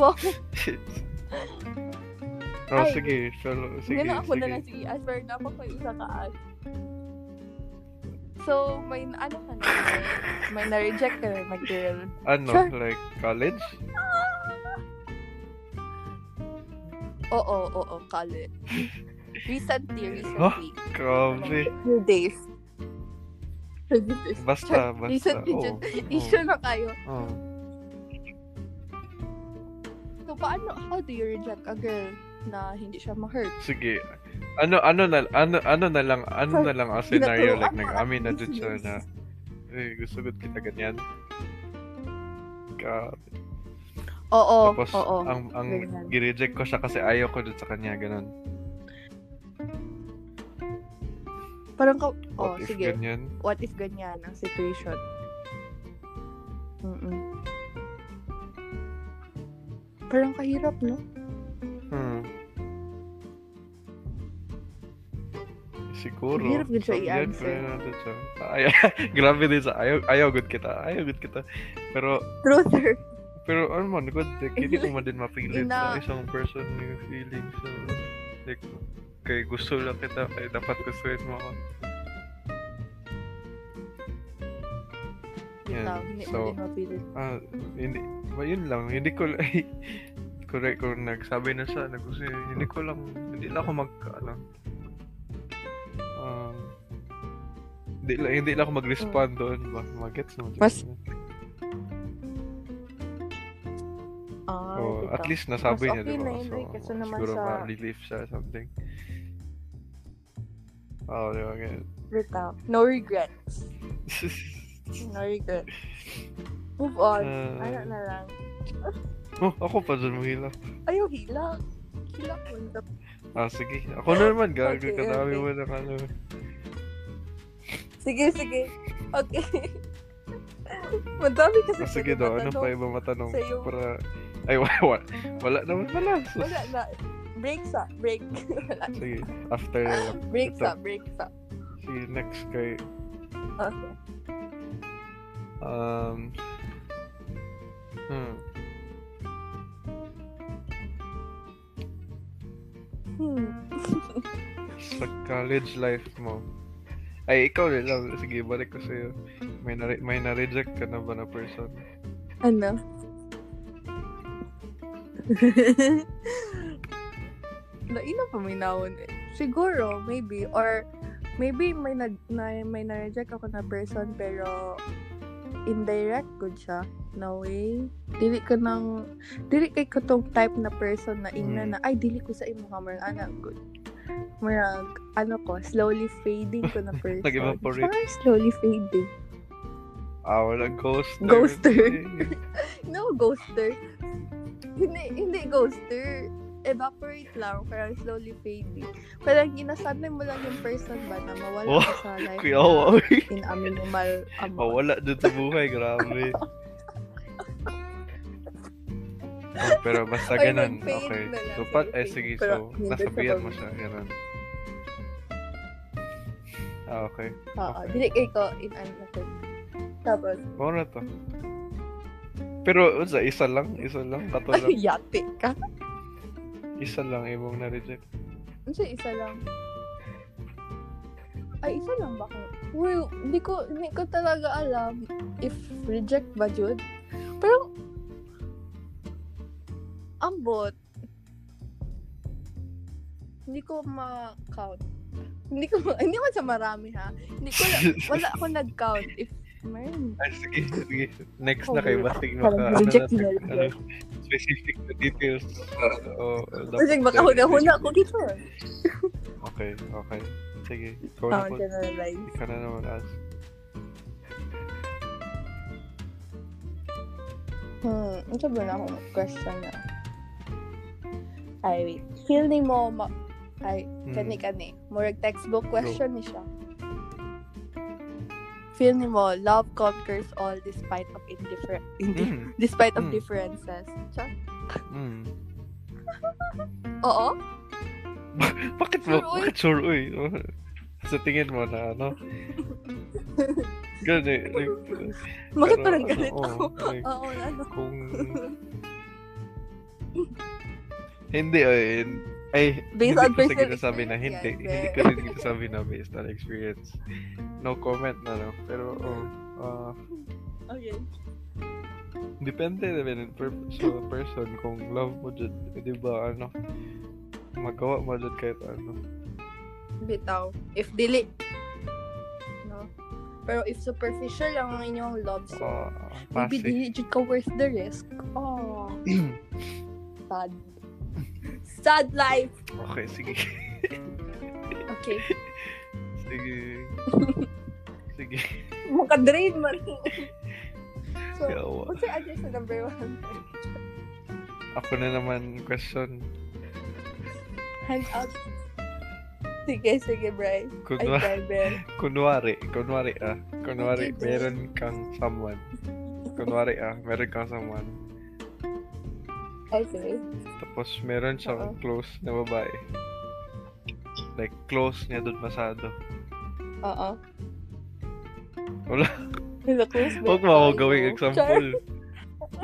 Wow, oh, Ay. sige, solo, sige, ganun ako sige. na lang sige. As for na ako yung isa taas. So, may na- ano ka na? may na-reject ka na na girl. Ano, Sure. like, college? Oo, oo, oo, college. Recently, Huh? recently. Grabe. Few days. Few days. Basta, basta. Recently, Oo. dyan. Issue na kayo. Oh, So, paano, how do you reject a girl na hindi siya ma-hurt? Sige. Ano, ano na, ano, ano na lang, ano na lang ang scenario, Ginaturoan like, mo nag-amin na ang dyan siya business. na, eh, gusto ba't kita ganyan? Ka, Oo, tapos, Oh, oo. ang, ang, ganyan. i-reject ko siya kasi ayaw ko dun sa kanya, ganun. Parang ka, oh, What if sige. ganyan? what if ganyan ang situation? Mm-mm. Parang kahirap, no? Hmm. Siguro. Ang hirap din siya Sabihan ko i-answer. rin natin siya. Ay- [LAUGHS] grabe din sa ayaw, ayaw good kita. Ayaw good kita. Pero, Truth or pero ano man, good. Like, hindi ko man din [LAUGHS] mapilit Ina- sa isang person yung feelings. So, like, kay gusto lang kita, kay dapat gustuin mo ako. Yan. love, hindi so, So, mapilit. Ah, hindi, ba yun lang, hindi ko, [LAUGHS] correct, kung nagsabi na siya, na gusto, niya, hindi ko lang, hindi lang ako mag, ano, um, hindi lang, hindi lang ako mag-respond doon, ba, magets naman. yun. Mas- Ah, kita. So, oh, at least nasabi Mas niya, okay diba? na yun, Rick, kasi naman siguro sa- ma-relief siya or something. Oo, oh, diba, ganyan. [LAUGHS] Wait lang. No regrets. No regrets. Move on. Ah. ano na lang. oh, oh, ako pa dyan, mahila. Ayaw, hilak. Hilak mo. Ah, sige. Ako na naman, Okay, gagawin ka dami okay. mo ng ano. Sige, sige. Okay. [LAUGHS] Madami kasi Ah, sige pwede daw, ano pa matanong. iba matanong? sa'yo. Para... Ay, [LAUGHS] wala, wala naman pala. Sus. Wala na. Break sa. Break. Wala. [LAUGHS] Sige, after Ah. na lang. Break Ito. sa. Break sa. Sige, next kay... Okay. Um... Hmm. Hmm. Sa college life mo. Ay, ikaw rin lang. Sige, balik ko sa'yo. May, na may na-reject ka na ba na person? Ano? [LAUGHS] Naina pa may naon eh. Siguro, maybe. Or, maybe may, nag, na, may na-reject ako na person pero indirect good siya. No way. Dili ka ng... Dili kay ko tong type na person na ingna Mm. na, ay, dili ko sa imo ka, marang anak good. Marang, ano ko, slowly fading ko na person. Nag-evaporate. Parang slowly fading. Ah, wala. Ghoster. Ghoster. Eh, No, ghoster. Hindi, hindi ghoster. Evaporate lang, parang slowly fading. Parang inasanay mo lang yung person ba na mawala Oh, ka sa life Kuya, wow. [LAUGHS] in a minimal amount. Mawala dun sa buhay. Grabe. Oh, pero basta Or ganun. mag-fade Okay. na lang, So, pat, sige, eh, fade. sige. Pero So, hindi nasabihan sa mo siya. Ganun. Ah, okay. Oo, dili kay ko in ano na to. Tapos, Mao na to. Pero, unsa, isa lang? Isa lang? Kato ay, [LAUGHS] lang? yate ka. Isa lang, ibang na-reject. Ano siya, isa lang. Ay, isa lang ba ko? Well, hindi ko, hindi ko talaga alam if reject ba, Jud. Pero, ambot. Hindi ko ma-count. Hindi ko, [LAUGHS] ma- hindi man sa marami, ha? Hindi ko, na- [LAUGHS] wala ako nag-count. If, meron. Ah, sige, sige. Next Oh, na kayo. wait. Bastig mo ka. Parang reject na, na- ano, specific na details. Oo. dapat- Kasi baka huna-huna ako dito. eh. Okay, okay. Sige. Ikaw na Ah, po. generalize. Ikaw na naman, As. Hmm, ito ba na akong question na? Ay, wait. Feeling mo, ma- ay, Hmm. kani-kani. Murag textbook question ni siya. Feeling mo, love conquers all despite of [LAUGHS] indifferent, Mm, [LAUGHS] despite of Hmm. differences. Char? [LAUGHS] mm. Oo? Bakit Sure, mo? uy. Bakit sure, uy? Sa tingin mo na, ano? Ganun eh. Like, [LAUGHS] Bakit pero, parang ano, galit oo, ako? like, [LAUGHS] Oo, ano? [LAUGHS] kung... hindi, oy. hin- Ay, Based on hindi ko personal sa sabi na experience, yan, hindi. Hindi be. ko rin sabi na based on experience. No comment na lang. Pero, oh, ah, Okay. depende naman per sa person kung love mo dyan, eh, di ba, ano, magawa mo dyan kahit ano. Bitaw. If dili. No? Pero if superficial lang ang inyong love, so Uh, maybe passive. dili jud ka worth the risk. Oh. Sad. Sad life. [CLEARS THROAT] okay, sige. Okay. Sige. sige. [LAUGHS] Maka-drain man. so, Yawa. what's your answer sa number one? Ako na naman question. Hang out. Sige, sige, Bri. Ay, Kunwa, Bri, Bri. [LAUGHS] kunwari, kunwari ah. Kunwari, Okay, meron kang someone. Kunwari ah, meron kang someone. Okay. Tapos meron siyang close na babae. Like, close niya doon masado. Oo. Wala. Wala close ba? Huwag mo ako Ay, gawing no. example.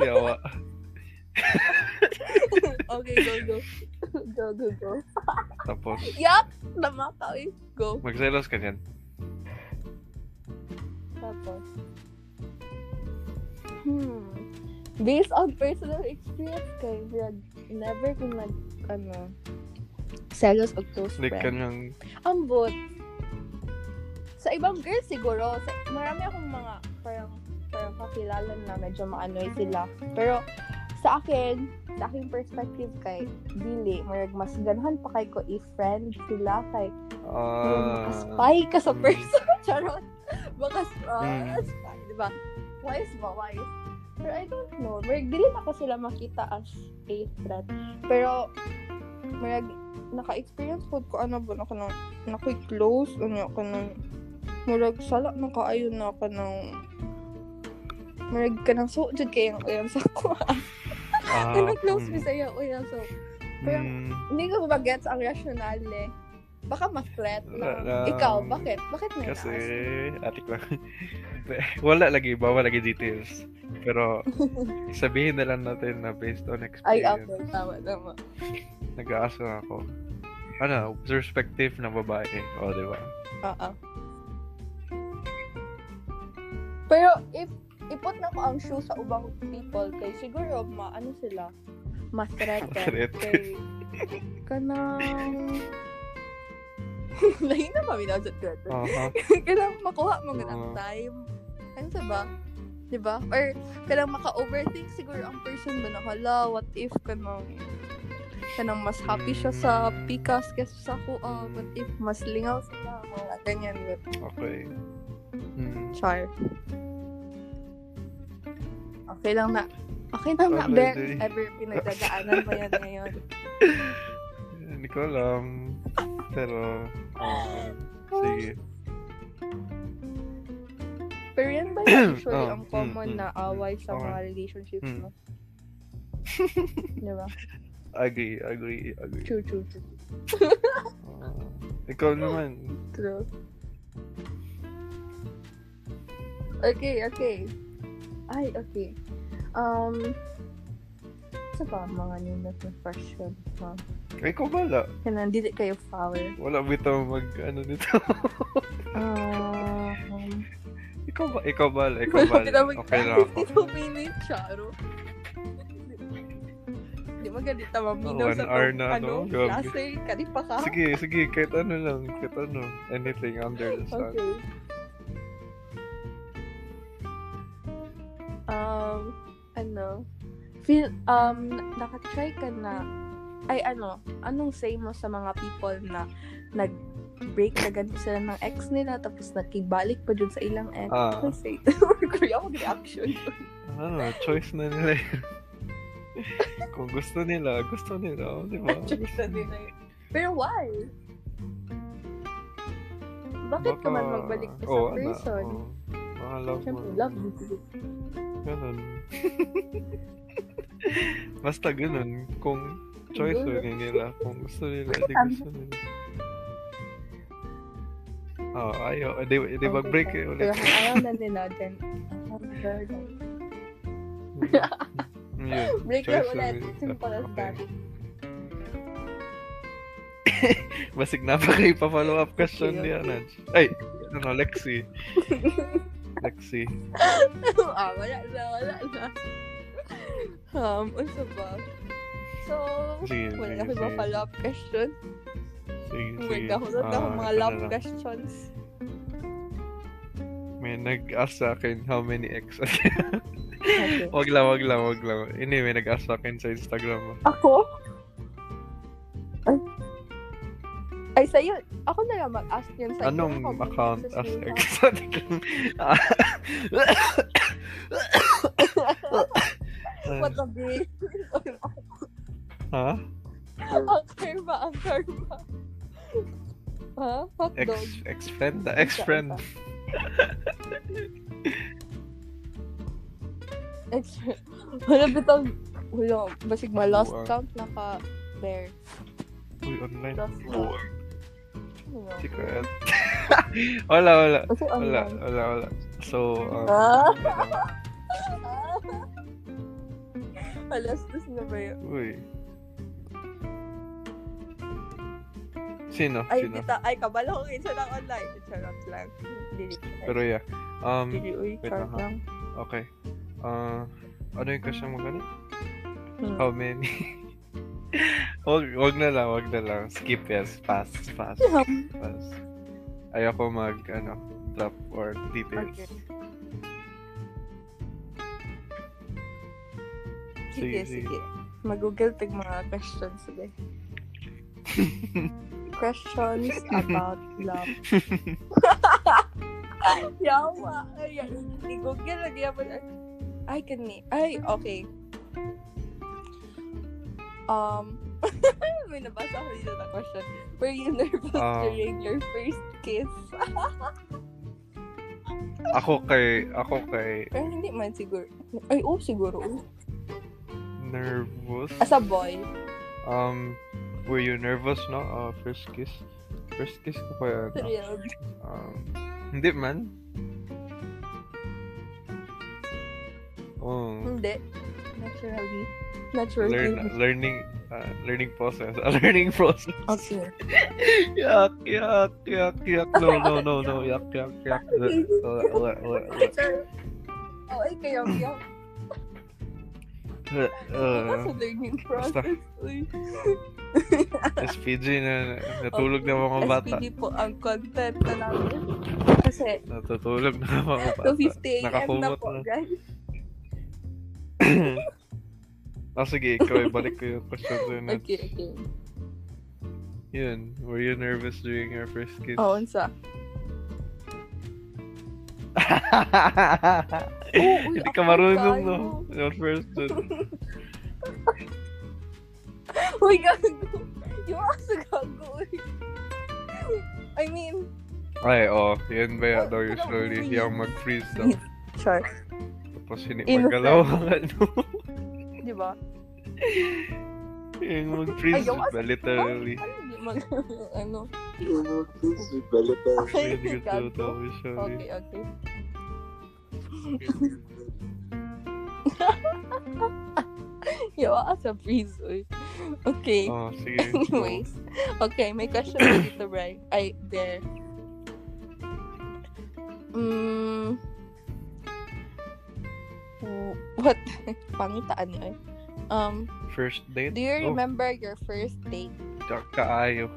Yawa. Char. [LAUGHS] okay, go, go. Go, go, go. Tapos, Yup! Tama ka, eh. Go. magselos ka niyan. Tapos. Hmm. Based on personal experience kay Brad, never ko nag, ano, selos o close Like, friend. kanyang, Ambot. Sa ibang girls siguro, sa, marami akong mga parang, parang kakilala na medyo maanoy sila. Pero sa akin, sa aking perspective kay Billy, marag mas ganahan pa kay ko i-friend sila kay ah, makaspy ka sa Mm. person. [LAUGHS] Charot. Baka uh, Mm. spy, di ba? Wise ba? Wise. Pero I don't know. Marag, dili na ko sila makita as a threat. Pero, marag, naka-experience po ko ano ba na ko nang nakoy-close, ano ko nang marag sala na kaayo na ko nang marag ka nang so, jud kayang uyang sa ko. [LAUGHS] ah, Kanang close mm, mi sa'yo, uyang so. parang- mm. Hindi ko ba gets ang rationale eh. Baka ma-threat lang. Wala. Ikaw, bakit? Bakit may Kasi, naas? atik lang. [LAUGHS] Wala lagi, bawal lagi details. [LAUGHS] Pero, sabihin na lang natin na based on Ay, experience, ako. Tama, tama. nag-aaso ako. Ano, perspective ng babae. O, di ba? Oo. Pero, if ipot na ko ang shoe sa ubang people, kay siguro, ma, ano sila? Mas-threaten. [LAUGHS] Ma-threaten. kay, kanang... [LAUGHS] Lain na kami na sa threaten. Aha. kailangan makuha mo ganang Oo. time. Ano sa ba? Diba? Or kailangan maka-overthink siguro ang person ba na hala, what if kanang kanang mas happy siya sa Mm. pikas kaysa sa ko, Mm. what if mas lingaw sila, mga ganyan. but Okay. Mm. Char. Okay lang na. Okay lang na, Alright, Ben. eh. Ever pinagdadaanan mo yan [LAUGHS] ngayon. [LAUGHS] Hindi ko alam. Pero, ah, sige. Pero yan [CLEARS THROAT] ba yung usually Oo. ang common Mm, na mm, away sa okay. mga relationships Mm. mo? [LAUGHS] diba? Agree, agree, agree. True, true, true. Ah, ikaw naman. True. Okay, okay. Ay, okay. Um, Sa ba mga ninot na freshman? Ha? Ay, ko wala. Kaya nandito kayo flower. Wala bitaw mag, ano nito. [LAUGHS] Ah, ikaw ba? Ikaw ba? Ikaw ba? Okay lang [LAUGHS] ako. 52 minutes, Charo. Hindi magalit na maminaw Oh, one sa hour tong- na, ano, no? Grabe. klase. Kani pa ka? Sige, sige. Kahit ano lang. Kahit ano. Anything under the sun. Okay. Um, ano? Feel, um, nakatry ka na, ay ano, anong say mo sa mga people na nag-break na ganito sila ng ex nila tapos nakibalik pa dun sa ilang ex? Ah. Anong say? [LAUGHS] Kuya ako [LAUGHS] reaction. ano, choice na nila yun. [LAUGHS] Kung gusto nila, gusto nila, oh, di ba? Choice na nila yun. Pero why? Bakit ka man magbalik ka sa oo, ano, person? oo. Mga love Siyempre, mo. love you. [LAUGHS] Ganun. Basta ganun. Kung choice Siguro. yun nila, kung gusto nila, di Tama. gusto nila. Oh, ayaw. Di, di Okay, mag-break eh, fine. ulit. Pero [LAUGHS] kung Diba? ayaw na nila, then, oh, girl. Mm, yun. break Choice lang lang ulit. yun. Simple as that. Okay. [LAUGHS] Basig na pa kayo pa-follow up question Okay, niya, okay. Nudge. Ay, ano, [LAUGHS] Lexi. Lexi. [LAUGHS] ah, wala na, wala na. Um, unsa ba? So, Sige, wala na sige, ba sige. follow-up question? Sige, sige. Wait, ako na Ah, ako mga ito na love lang. questions. May nag-ask sa akin how many [LAUGHS] ex. Okay. wag lang, wag lang, wag lang. Ini, may nag-ask sa akin sa Instagram. Ako? Ay, ay sa'yo, ako na lang mag-ask yun sa'yo. Anong Ako, account mag-message as yun ex? ako. [LAUGHS] [COUGHS] What a bitch. ha? ang karma, ang karma. Ha? Hot Ex, dog. ex-friend? Ex-friend. [LAUGHS] Ex- Wala ba itong... Wala. Basig ma lost Buwang. count na ka there. Uy, online. Lost count. Ano? Secret. [LAUGHS] wala, wala. Kasi Wala, online. wala, wala. So, um, Ah! ano lang. Alas dos na ba yun? Uy. Sino? Ay, Sino? kita. Ay, kabala ko kinsa ng online. Charot lang. Dili. Pero yeah. Um, Dili, uy. wait Charot lang, ha? lang. okay. Uh, ano yung question mo ganun? Hmm. How many? [LAUGHS] wag, wag na lang, wag na lang. Skip yes. Pass, pass, [LAUGHS] pass. Ayoko mag, ano, drop or details. Okay. Sige, Sige, sige. Mag-google tag mga questions. [LAUGHS] Sige. questions about [LAUGHS] love. Yawa! Ay, ay, i-google lagi yaman. Ay, kani. Ay, okay. Um, [LAUGHS] may nabasa ko dito na question. Were you nervous Um, during your first kiss? Ako kay, ako kay Pero hindi man siguro. Ay, oo, siguro. nervous. As a boy. Um, were you nervous, no? Uh, first kiss? First kiss ko pa yun. no? Thrilled. Um, hindi man. Oh, Hindi. Naturally. Naturally. learn, learning, uh, learning process. [LAUGHS] A learning process. Okay. Yak, yak, yak, yak. No, no, no, [LAUGHS] no. Yak, yak, yak. Ugh, ugh, ugh, ugh, ugh. Oh, ay, kayo, kayo. Ugh, ugh. What's the learning Uh, basta. process? Uy, SPG na natulog na mga bata. SPD po ang content na namin. Kasi, Natutulog na [LAUGHS] mga 2.50 bata. a.m. na Nakakumot po, na. guys. [COUGHS] Ah, sige, ikaw, ibalik ko yung question sa'yo na. Okay, okay. Yun, were you nervous during your first kiss? [LAUGHS] Oh, unsa? uy, Hindi ka ako marunong, no? tayo. Your first dun. [LAUGHS] Uy, gago. Yung aso gago, uy. I mean, Ay, oh, yun ba yan Oh, daw usually, parang yung mag-freeze [LAUGHS] daw. Char. Tapos hindi Innocent. magalaw [LAUGHS] ang ano. Di ba? Yung mag-freeze, Ay, yung as- ba, literally. Ano, di mag... [LAUGHS] ano? Ay, Hindi ko gago. to usually. Okay, okay. Yawa ka sa freeze, uy. Okay. [LAUGHS] Oh, sige. Anyways. Okay, may question ako dito, Bri. Ay, there. Mm, w- what? [LAUGHS] Pangitaan niya, eh. Um, So, first date? do you Oh, remember your first date? ka- kaayo.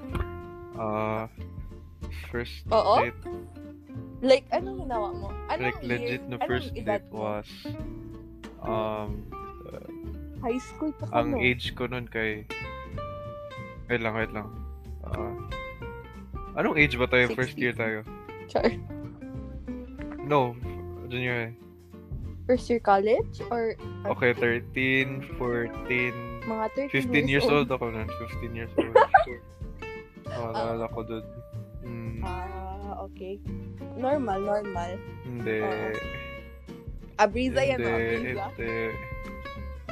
Ah, first Oo? date. Like, anong ginawa mo? Anong Like, year? legit na Anong first edad date mo? was... Um, High school pa ka, ang no? age ko nun kay... Wait lang, wait lang. Ah, anong age ba tayo? First 16. year tayo? Char. No, junior high. First year college? Or Okay, 13, 14, mga 13 15 years old ako nun. 15 years [LAUGHS] old. oh, naalala ko dun. Hmm, Ah, okay. Normal, normal. hindi. Oo. Abriza Ah. yan, hindi, oh, Abriza. hindi.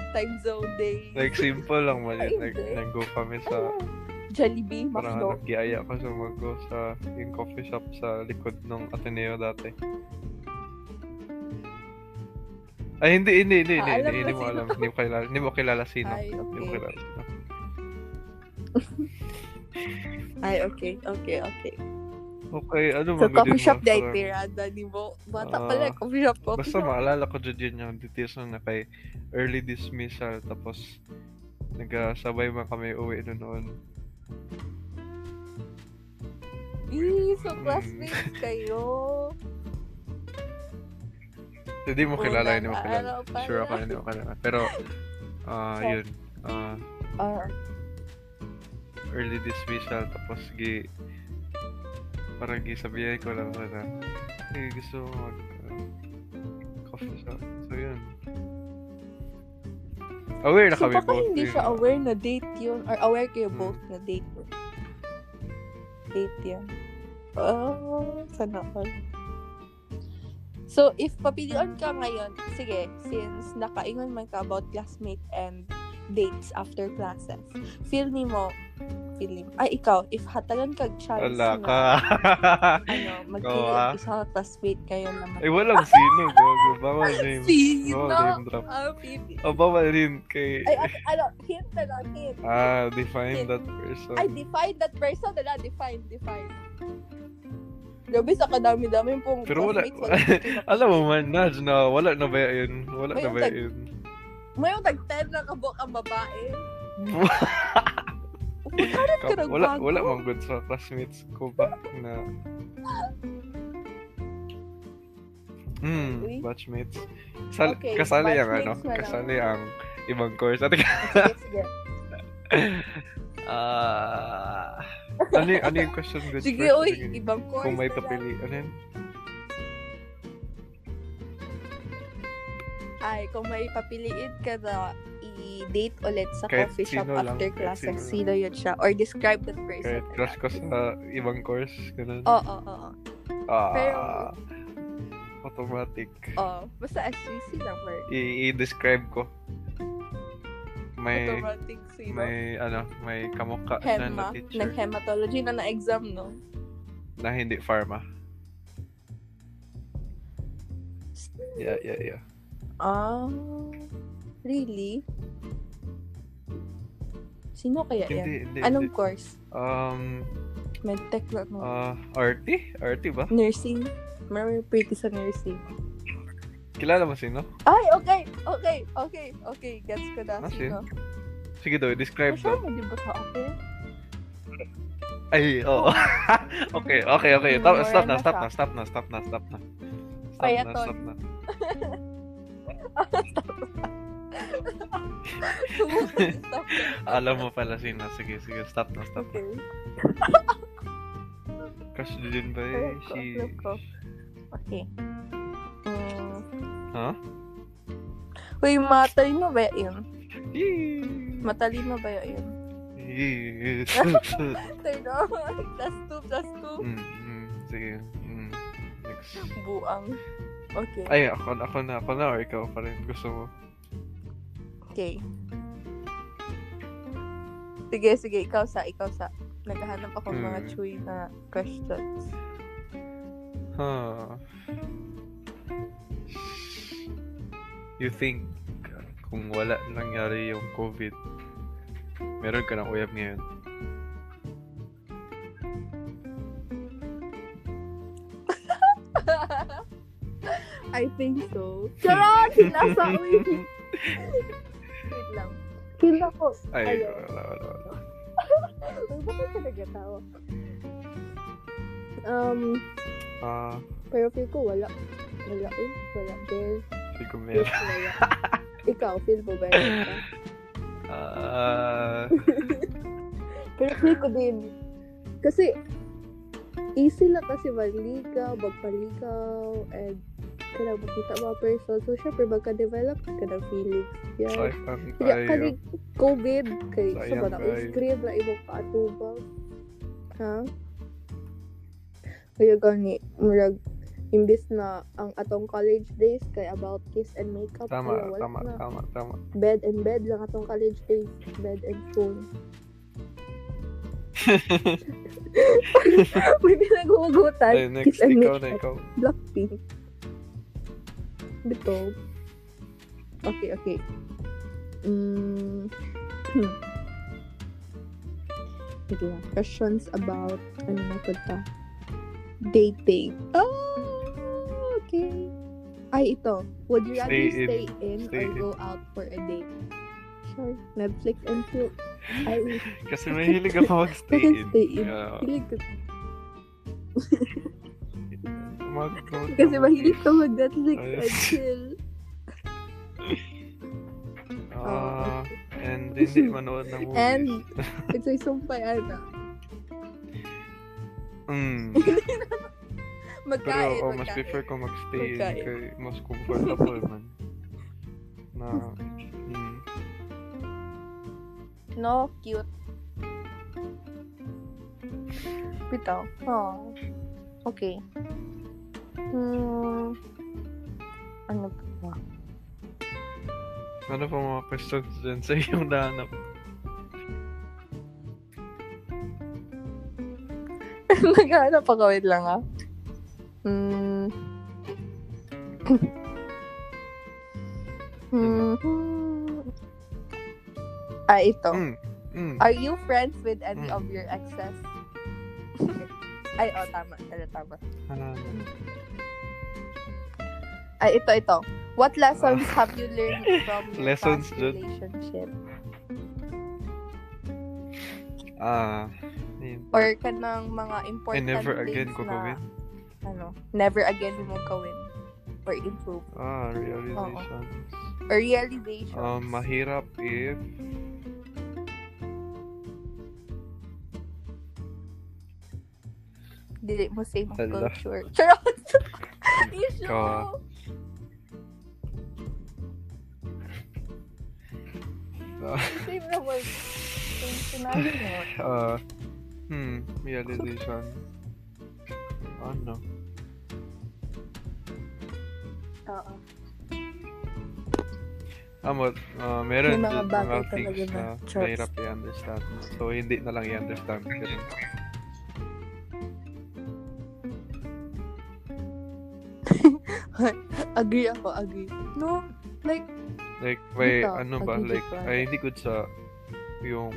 Time zone day. Like, simple lang man. Ay, yun. Like, hindi. nag-go kami sa, Ah, Jollibee, parang ano, Macdo. nag-iaya ko sa mag-go sa yung coffee shop sa likod ng Ateneo dati. Ay, hindi, hindi, hindi, Ah, hindi, alam hindi, hindi mo mo sino. alam. Hindi mo kilala, hindi mo kilala sino. Ay, Hindi mo okay. kilala sino. Ay, okay, okay, okay. Okay, ano ba? So, ganyan coffee mo? shop day, Parang- pirada, di mo. Bata Ah, pala, coffee shop, coffee Basta shop. maalala ko dyan yun yung details nun na kay early dismissal tapos nagsabay man kami uwi nun noon. Ih, so Mm. classmates kayo. Hindi mo Oo, kilala, hindi mo kilala. naalala ko pala. Sure ako, hindi mo kilala. Pero, ah, Sure. yun. ah, Ah, early dismissal tapos gi parang gisabihan ko lang na eh gusto ko mag ah, coffee shop. So yun. Aware na so, kami baka both, eh. hindi yun siya nga. aware na date yun. Or aware kayo Hmm. both na date yun. Date yun. Oh, sana all. So, if papilion ka ngayon, sige, since nakaingon man ka about classmate and dates after classes, feel ni mo, feel ni ay ikaw, if hatagan kag chance Wala na, ka. [LAUGHS] ano, magkili Ikaw, ah. isa ka classmate kayo naman. Ay, Eh, Oh, walang sino. Gago. Bawal [LAUGHS] name. Sino? Bawal name drop. Ah, pipi. O, bawal rin kay... [LAUGHS] Ay, at- ano, hint na lang, hint. Ah, define that person. I define that person na define, define. Grabe, sa kadami-dami pong Pero wala- [LAUGHS] classmates, walang nakita. Alam mo man, Naj, na wala na ba yun? Wala May na ba utag- yun? Mayroong tag-10 na kabok ang babae. Hmm. ka Kap- wala, nagbago? wala mang good sa classmates ko ba na... Uy. Hmm, batchmates. Sal- Okay, kasali ang ano? batchmates na lang. Kasali ang ibang course. At Sige, sige. Ah... ano, yung, ano yung question good Sige, first? uy, Ano yun? ibang course. Kung may na lang. papili. Ano yun? Ay, kung may papiliin ka na i-date ulit sa Kahit coffee shop sino lang, after kahit classes, sino sino yun siya? Or describe that person. Kahit crush uh, ko Oh, sa ibang course, ganun. Oo, oo, oo. ah, pero- automatic. Oo. Basta SGC number. I- I-describe ko. May, Automatic sino. may, ano, may kamukha na na Hema. teacher Nag-hematology na na-exam, no? na hindi pharma. Yeah, yeah, yeah. Ah, really? Sino kaya yan? Hindi, hindi, Anong hindi. course? Um, Medtech na no? ah, Arty? Arty ba? Nursing? Marami pretty sa nursing. Kilala mo sino? Ay, okay! Okay! Okay! Okay! Gets ko na. Ah, Sino? Sige daw, describe daw. Masya mo, di ba sa akin? Ay, oo. [LAUGHS] okay, okay, okay. Mm, Stop, wala stop na, na stop siya. na, stop na, stop na, stop na. Stop na, Payaton. stop na. Stop. [LAUGHS] Alam mo pala sino. Sige, sige. Stop na, stop na. Okay. Crush din ba eh? Alam ko, Si... alam ko. Okay. Mm. Ha? Uy, matalino ba yun? Yee! Matalino ba yun? [LAUGHS] Yes. Turn [LAUGHS] off. Plus two, plus two. Mm, mm, sige. Mm. Next. Buang. Okay. Ay, ako, ako na, ako na, or ikaw pa rin. Gusto mo. Okay. Sige, sige. Ikaw sa, ikaw sa. Naghahanap ako ng mga Hmm. chewy na questions. Huh. You think kung wala nangyari yung COVID, meron ka ng uyab ngayon. I think [LAUGHS] so. Charot! [LAUGHS] Nasa [LAUGHS] uwi. Wait lang. Feel ako. Ay, Ayun. wala, wala, wala. Uy, bakit ka nagkatawa? Um, Ah, pero feel ko wala. Wala. Uy, wala. Girl, hindi ko feel meron. ko [LAUGHS] wala. Ikaw, feel mo ba? yun? Ah, [LAUGHS] Pero feel ko din. Kasi, easy lang kasi manligaw, magpaligaw, and kailangan makita mga person. So, syempre, magka-develop ka ng feelings. Yeah. sayang Kaya, tayo. kasi COVID, kay sa oh. Sayang mga tayo. grade na ibang paatubang. Ha? Kaya gani, murag, imbis na ang atong college days kay about kiss and makeup Tama, kaya wala tama, na. tama, tama. bed and bed lang atong college days bed and phone may Ay, pinaghugutan kiss next, and make ikaw na ikaw. Blackpink bito okay okay mm. Wait lang. questions about ano na po ta? dating oh okay ay ito would you rather Stay in. stay, in, Stay or in. go out for a date sure Netflix and chill ay Kasi mahilig ako mag-stay Bakit in. stay in? Yeah. hilig ko Mag- mag- kasi mahilig ka mag Netflix Ayos. and chill Ah, and hindi manood ng movies. [LAUGHS] and it's ay sumpay ano [LAUGHS] Mm. Pero Magkain, ako, oh, mas magkain. prefer ko mag-stay in Magkain. [LAUGHS] kay mas comfortable man. Na, mm, No, cute. Bitaw. Oh. Okay. Hmm. Ano ba? [LAUGHS] ano pa mga questions dyan sa iyong nahanap? Naghahanap ako. Wait lang ah. Hmm. [LAUGHS] hmm. Ah, ito. Mm, mm. Are you friends with any Mm. of your [LAUGHS] exes? Ay, oh, tama. Tala, tama. Ah, Ay, ito, ito. What lessons have you [LAUGHS] learned from your Ah. Lessons past dun. relationship? ah, yun. Or ka ng mga I important never again things ko na, ano, never again mo gawin or improve Ah, realization. or realizations. Um, mahirap if Dili mo same Hala. culture. [LAUGHS] Charot! Issue! Ka. Ah. [LAUGHS] Same na word. Same scenario mo. Uh, hmm, realization. Ano? Oo. Amo, uh, meron May mga dyan bagay talaga things na na choice. mahirap i-understand. So, hindi na lang i-understand. Ganun. Agree ako, agree. No, like, Like, may Dito, ano ba? pag-digit Like, ba? ay, hindi good sa yung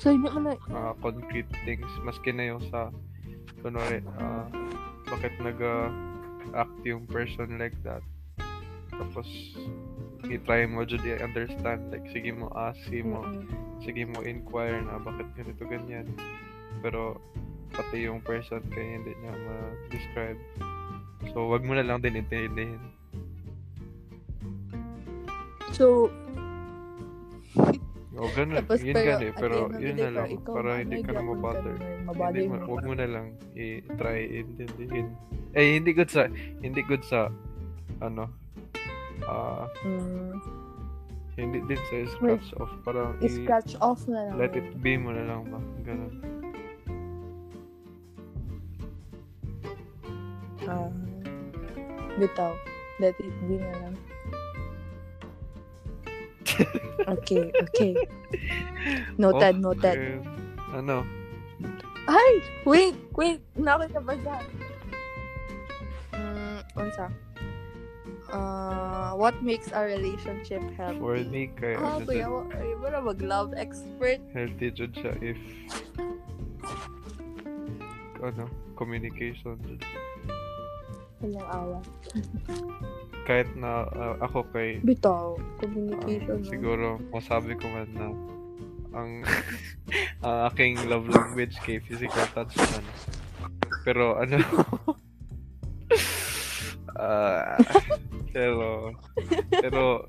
so hindi mo na, mga concrete things. Maski na yung sa, kunwari, ah, bakit nag-act yung person like that. Tapos, i-try mo dyan i-understand. Like, sige mo, ask, sige mo, sige mo inquire na bakit ganito ganyan pero pati yung person kaya hindi niya ma-describe so wag mo na lang din intindihin so, o Oh, ganun Tapos yun pero, ganun eh, pero at the end of yun the na day, lang ikaw para man, hindi may ka na gapon mabother na rin, hindi mabother mo, mo. wag mo na lang i-try intindihin eh hindi good sa hindi good sa ano ah Mm, hindi din sa scratch off parang i- I-scratch off na lang. let it be mo na lang ba ganun Ah. bitaw. Let it be na [LAUGHS] lang. okay, okay. Noted, noted. Oh, Okay. ano Ay! Wait, wait! Nakita ba dyan? Mm, Hmm, unsa? uh, what makes a relationship Word healthy? ni kay Ah, ano kuya, dyan, wa- ay, wala mag-love expert. healthy dyan siya if ano, communication dyan. Walang awa. Kahit na uh, ako kay Bitaw, um, communication. no? siguro masabi ko man na ang [LAUGHS] ang aking love language kay physical touch man. Pero ano [LAUGHS] ah, pero pero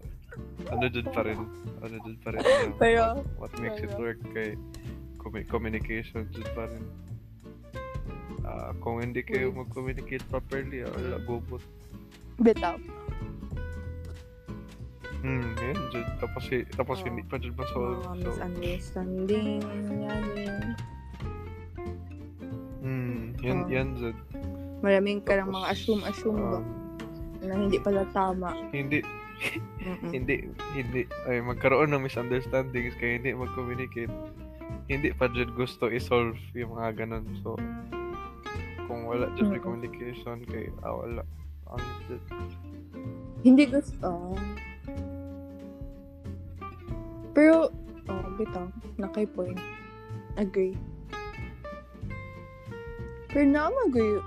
ano dyan pa rin ano dyan pa rin ano, Pero- ano? what, what makes it pero- work kay commu- communication dyan pa rin Ah, kung hindi kayo Hmm. mag-communicate properly, ah, wala, gobot. Bitaw. Hmm, yun, dyan. Tapos, eh, tapos Oo. hindi pa dyan Mga masolve. So, misunderstanding. Yan, yan. Mm, yan, Oo. yan Zed. Maraming ka ng Um, mga Tapos, assume-assume ba? um, Na hindi pala tama. hindi, Mm-mm. hindi, hindi, ay, magkaroon ng misunderstandings kaya hindi mag-communicate. Hindi pa dyan gusto i-solve yung mga ganun. So, kung wala dyan may Mm. communication, kay, ah, wala. Ang dyan. Hindi gusto. Oh. Pero, oh, bitaw. Nakay point. Agree. Pero naman agree.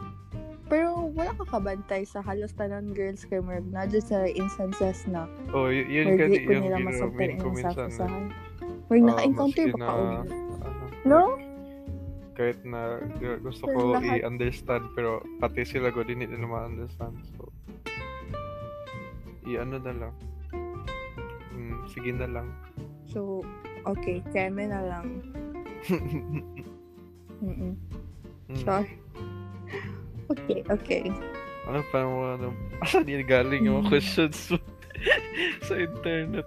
Pero wala ka kabantay sa halos tanan girls kay Merg. Na dyan sa instances na Oh, y- yun Merg, kasi di ko yung nila ginamin masabtan ko ang minsan. na, sasasahan. Merg, Ah, naka-encounter maski ba ka na- ulit? ano, No? Kahit na gu- gusto Pero ko lahat- i-understand pero pati sila ko din hindi nila ma-understand. So, i-ano na lang. Mm, sige na lang. [LAUGHS] So, okay. Keme na lang. Hmm. Mm-mm. Mm. Sure. [LAUGHS] Okay, okay. Ano pa mo ano? [LAUGHS] Asan yun galing yung mga Mm. questions mo? [LAUGHS] sa internet?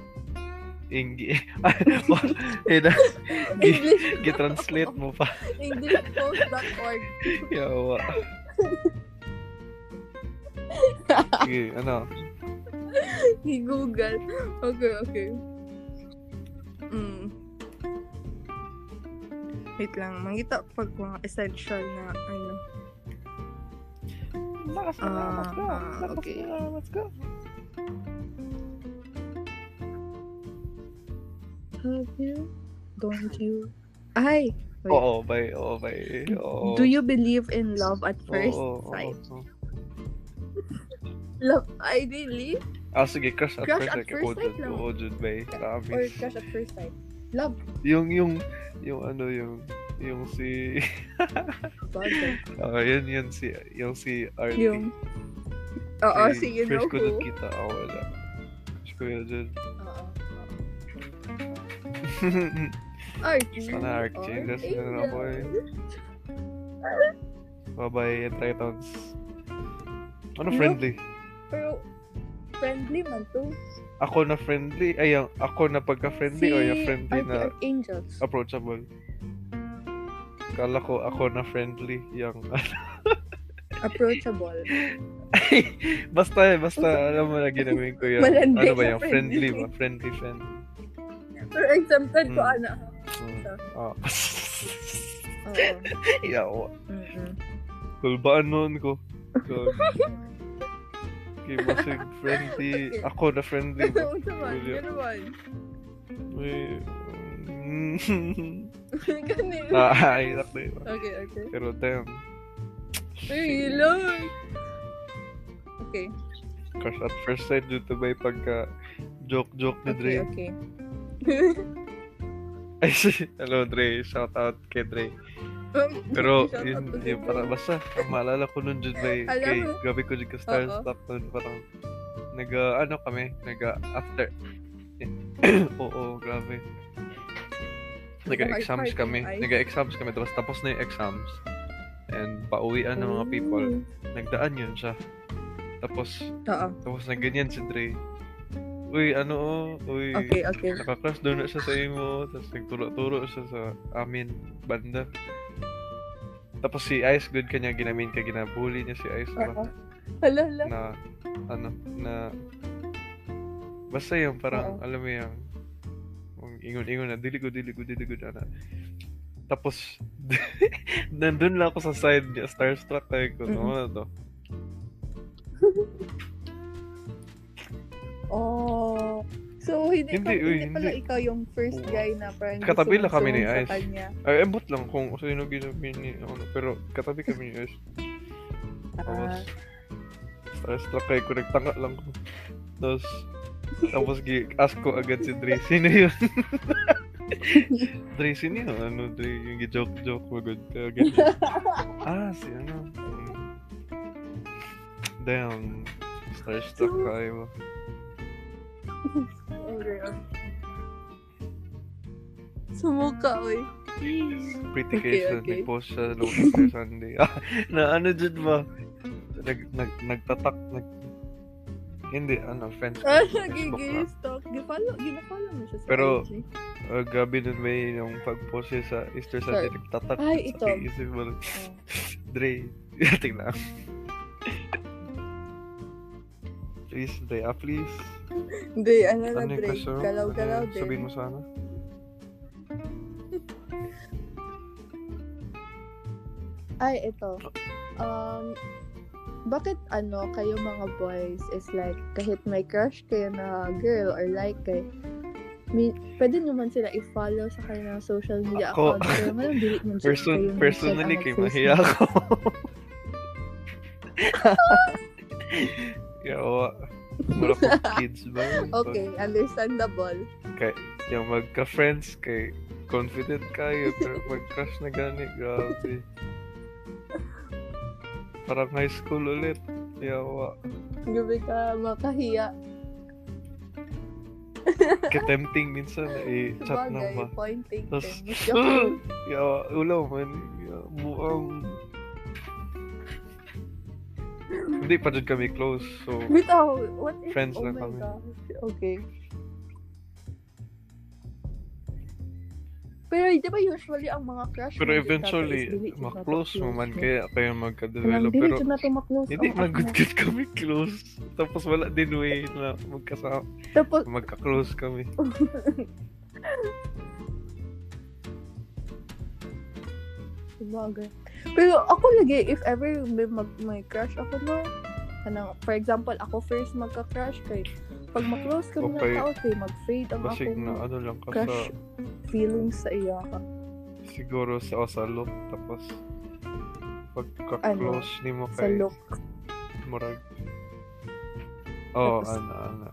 [LAUGHS] Ingi. eh, na, gi- [LAUGHS] English, gi-translate mo pa. [LAUGHS] Englishpost.org. [LAUGHS] Yawa. Sige, ano? Ni Google. Okay, okay. Mm. Wait lang. Mangita pag mga essential na ano. Lakas na lang, let's go. Ah, Lakas okay. na lang, let's go. Have you? Don't you? Ay! Wait. Oo, bay, oo, bay. Oo. Do you believe in love Oh, at first Oo, oo, sight? oo. Love, I believe? Ah, sige, crush at Crush first at sight. first Oo, sight Jud, lang. oo, Jud, bay. Grabe. Or crush at first sight? Love. Yung, yung, yung ano, yung, yung si, [LAUGHS] Bagay. ah, yun, yun, si, yung si RT. Yung... Oo, si you know First ko dun who. kita, ah, wala. Crush ko yun, [LAUGHS] Jud. Oo. Archie. Sana Archie, Or kasi ano na, boy. Angel. Bye-bye, Tritons. Ano? Ano, friendly? Pero, friendly man to. Ako na friendly? Ay, yung- ako na pagka-friendly o yung friendly Archie na Archangels. approachable. Kala ko ako na friendly yung Approachable. [LAUGHS] basta eh, basta alam mo na ginawin ko yung Malandi ano ba na yung friendly ba friendly friend. Pero exempted ko, ano. Mm. ana. Mm. Sa- Ah. [LAUGHS] Oo. Yawa. Mm-mm. Kulbaan noon ko. Gag. Okay, basig friendly. Ako na friendly ba? [LAUGHS] [LAUGHS] Ano naman? Julio. Ano naman? May... Mm. [LAUGHS] Ganun. ah, ay, nakli. Okay, okay. Pero damn. Pero you look. Okay, Crush at first sight dito ba yung pagka joke-joke ni Dre? okay, okay. Ay, [LAUGHS] si- hello Dre. Shout out kay Dre. [LAUGHS] Pero, yun, yun, parang basta, ang maalala ko nun dyan, eh. may, Alam kay, mo- gabi ko dyan ka starstruck nun, parang, nag, uh, ano kami, nag, uh, after, [COUGHS] oo, grabe. Nag-exams Nag-hard-hard kami, yung eyes. nag-exams kami, tapos tapos na yung exams, and pauwian ng mga people, Hmm. nagdaan yun siya. Tapos, Oo. tapos na ganyan si Dre. Uy, ano oh, uy, Okay, okay. Naka-crush daw na siya sa imo, tapos nagturo-turo siya sa amin, banda. Tapos si Ice Good kanya ginamin ka, ginabully niya si Ice Oo. na, Hala, hala. na ano, na basta yung parang, alam mo yung, yung ingon-ingon na, dili ko, dili ko, dili ko, na. [LAUGHS] Tapos, nandun lang ako sa side niya, starstruck tayo ko, Mm. ano na to. Oh. So, hindi, Hindi, hindi, uy, hindi pala hindi. ikaw yung first Oo. guy na parang Katabi lang kami ni gusto Ice. sa kanya. Ay, abot lang kung sino ginabi ni ano. Pero katabi kami ni Ash. Tapos, Ah. starstruck kayo ko. Nagtanga lang ko. Tapos, tapos gi- ask ko agad si ya? Dre, sino yun? Dre, sino yun? Ano, Dre, yung gi-joke-joke mo, good ka, ganyan. gitu. ah, si ano? mm. Damn, starstruck kayo. oh, Sumuka, oy. Pretty Okay, case eh, na okay. nag-post siya Lotus Day Sunday. [LAUGHS] Ah, na ano dyan ba? Nag, nag, nagtatak, nag... Hindi, ano, friends ko. Ah, Facebook na. nagigil stalk. Gipalo, ginapalo mo siya sa Pero- IG. Ah, grabe nun may yung pag-post niya sa Easter Sunday, nagtatak. Ay, ito. Oh. Sa isip mo, [LAUGHS] Dre, tingnan. Please, Dre, ah, please. Hindi, ano na, Ano yung Drake. question? Galaw-galaw Ano yun? din. Sabihin mo sana. Ay, ito. Um, bakit ano, kayo mga boys is like, kahit may crush kayo na girl or like kay, may, pwede naman sila i-follow sa kanilang social media Ako. account. Pero malang delete [LAUGHS] naman sila kayo Person, minsan personally, ang kay nag-post mahiya ng- [LAUGHS] ako. [LAUGHS] Yawa. Mura ko kids ba? [LAUGHS] Okay, understandable. Kay, yung magka-friends, kay confident kayo, pero mag-crush na gani, grabe. Parang high school ulit. Yawa. Gabi ka makahiya. Katempting minsan, eh, chat na Sabagay, ba? point Tapos, taken. [GASPS] yawa, ulaw man. Yawa, um. Buang. Hindi pa dyan kami close, so... Bitaw, what if, Friends oh lang my kami. gosh. Okay. Pero di ba usually ang mga crush Pero eventually, maklose mo man kaya kayo magka-develop. Pero Pero, na to maklose. [LAUGHS] hindi ang man act good na. good kami close. Tapos wala din way na magkasama, Tapos, magka-close kami. bagay. Pero ako lagi, if ever may, mag, may crush ako na, kanang, for example, ako first magka-crush kay pag maklose kami Okay. ng tao, kay mag-fade ang Basig akong na ano lang ka sa, crush feelings sa iya ka. siguro sa, o, sa look. Tapos pagka-close ni mo Ano? Sa kay look. Murag. Oh, Tapos- ano, ano.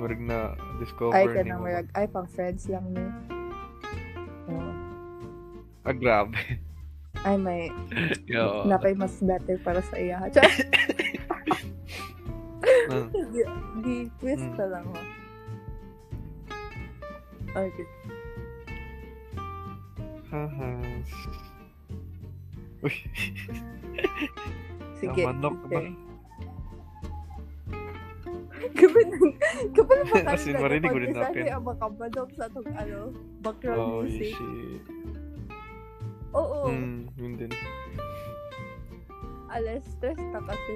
Murag na discover Ay, ni kanang mo. marag, ay, pang friends lang ni. Oh. Ah, grabe. Ay, may, [LAUGHS] Yo, napay mas better para sa iya. [LAUGHS] Ah, di, di twist Mm. ka lang. oh. Okay. Haha. Uy, Sige. Namanok ba? sige. [LAUGHS] Kapag nang, [LAUGHS] kapag As in, marinig ko rin natin. ang makamanok eh, sa itong ano, background oh, music. shit. Oo, Mm, yun din. alas stress na kasi.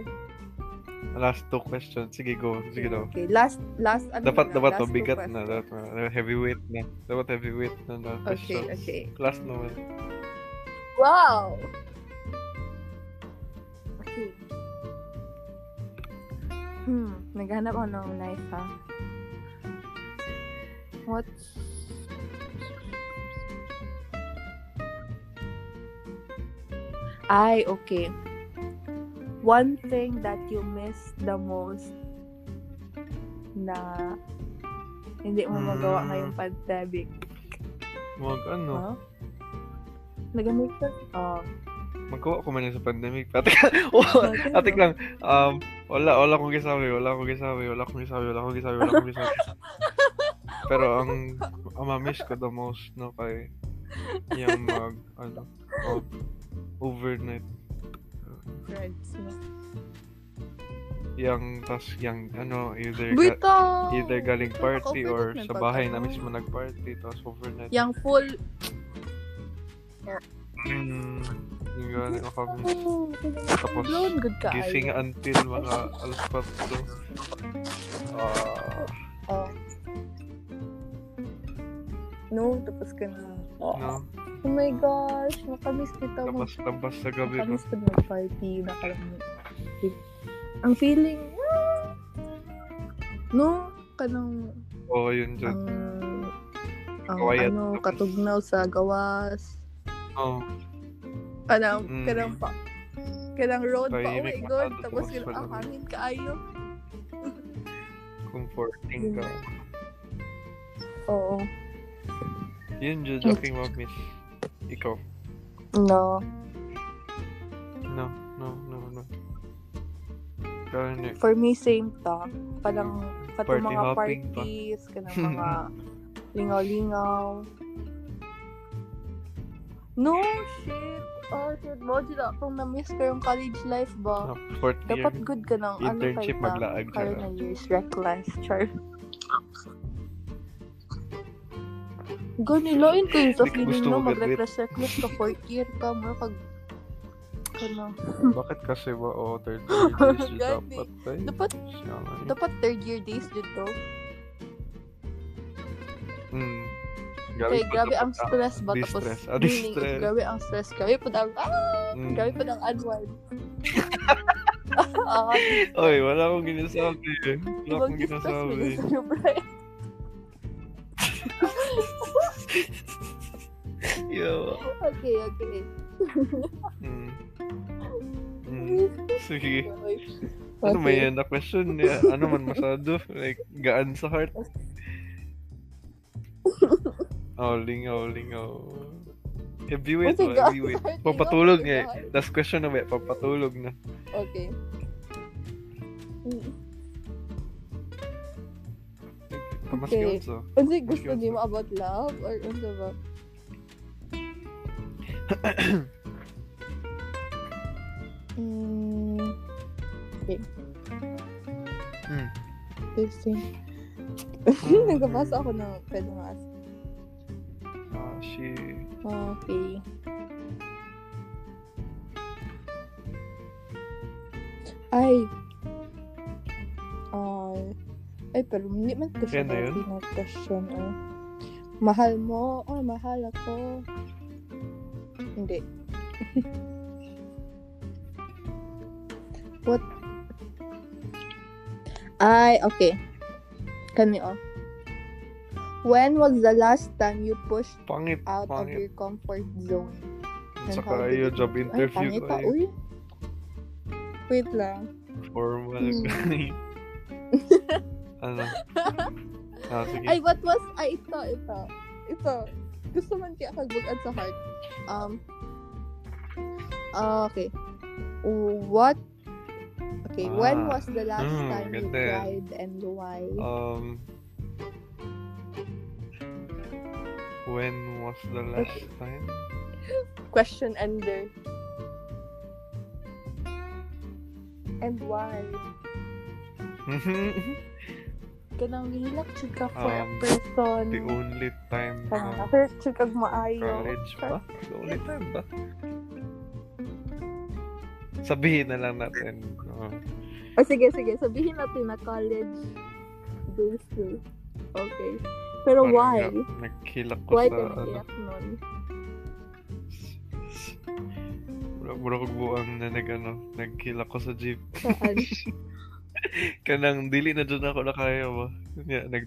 Last two questions. Sige, go. Sige daw. Okay, last, last, ano Dapat, na, dapat last to. two Bigat na. ah. questions. Dapat na. Heavyweight na. Dapat heavyweight na na Okay, questions. okay. Last naman. Wow! Okay. Hmm, naghanap ako ng knife, ha? What? Ay, okay. One thing that you miss the most na hindi mo magawa Mm. ngayong pandemic. Mag, ano? Huh? Nagamit ka? Oh. Magkawa ko man yan sa pandemic. [LAUGHS] Atik, oh, atik lang. Um, wala, wala akong gisabi. Wala akong gisabi. Wala akong gisabi. Wala akong gisabi. Wala akong gisabi. Pero ang, ang ma-miss ko the most, no, kay yung mag, ano, mag- overnight Friends. yung tas yung ano either ga- Buto! either galing Wala Ano party ka or overnight sa pag bahay na ano. mismo nagparty tapos overnight Yang full. mm, yung gano'n ako kami Oh, tapos blown good ka. ay. gising until mga alas 4 ah Oh. No, tapos ka na. Oh, no oh my gosh, nakamiss kita mo. labas labas sa gabi ko Nakamiss ko na yung party. Nakalang... Ang feeling, ah! no? kanang Oo, yun dyan. ang ang Kawayan. ano katugnaw sa gawas. Oo. Kanang Mm. kanang Ano, pa kanang road pa oh my Tahimik na god tao, tapos tapos yun wala ang rin. hangin kaayo. comforting ka. Oo. Yun dyan, joking mo, miss. Ikaw. No. No, no, no, no. eh, Ikaw, Nick. For me, same ta. Parang, kato Party mga hopping pa. [LAUGHS] parties, kanang mga lingaw-lingaw. No, shit. Oh, shit. Mo, dila akong na-miss ko yung college life ba? No, fourth year. Dapat good ka ng ano kay Internship, ta. maglaag ka Kayo na. na years, reckless, char. Ganilain ko yun sa Hindi ka feeling gusto no, mag-graduate. mag-reckless, reckless ka, fourth year ka, mo ano, kag, kanang, Bakit kasi ba, oh, third year is God, dapat, eh. dapat, Siya nga eh. dapat third year days dito. Mm. Kay, pa grabe dapat ang stress ba? Tapos, ah, Distress. Ah, meaning, distress. grabe ang stress. Grabe po ang, ah, Mm. grabe po ang [LAUGHS] unwind. Ah, Oy, wala akong ginasabi. eh. Wala akong mag-distress mo ginasabi. din [LAUGHS] sa'yo, Brian. Yo. Okay, okay. Mm. Mm. Please, Sige. okay. Ano may yan na question niya? Ano man masado? Like, gaan sa heart? Oh, lingaw, lingaw. Heavy weight, Kasi oh, gaan heavy weight. sa heart, Papatulog lingaw, niya lingaw. eh. Last question na ba? Papatulog na. Okay. Mas Okay. okay. [LAUGHS] so. Kasi gusto niyo mo about love or ano ba? Mm, Mm. interesting. Oh, [LAUGHS] Nagbabasa ako ng pwede nga. Ah, she... Okay. Ay. Ay. Ay, pero hindi man ko siya Yan na yun? na question. Oh. Mahal mo or mahal ako? Hindi. [LAUGHS] What? Ay, okay. Kami, oh. When was the last time you pushed Pangit, out of pangit. your comfort zone? Saka ayo job Ay, pangit interview ko eh. pa, ayo. uy. Wait lang. Formal. Hmm. [LAUGHS] ano? [LAUGHS] Ah, sige. Ay, what was... Ay, ito, ito. Ito. Gusto man kaya kagbugan sa heart. Um, ah, okay. What... Okay, when Ah. was the last Hmm, time you ganda yan. cried and why? Um, when was the last time? [LAUGHS] Question ender. And why? Kanang nihilak jud ka for a Um, person. the only time Kanang Ah, na first jud kag maayo. college ba? The only time ba? Sabihin na lang natin. ah, Oo. O sige, sige. Sabihin natin na college days to. Okay. Pero Parang why? nga, Nagkilak ko Why ka sa... ano, naiyak nun? Wala, wala ko buang na nag, ano, nagkilak ko sa jeep. [LAUGHS] Saan? Kanang dili na dyan ako na kaya ba? Nga, nag,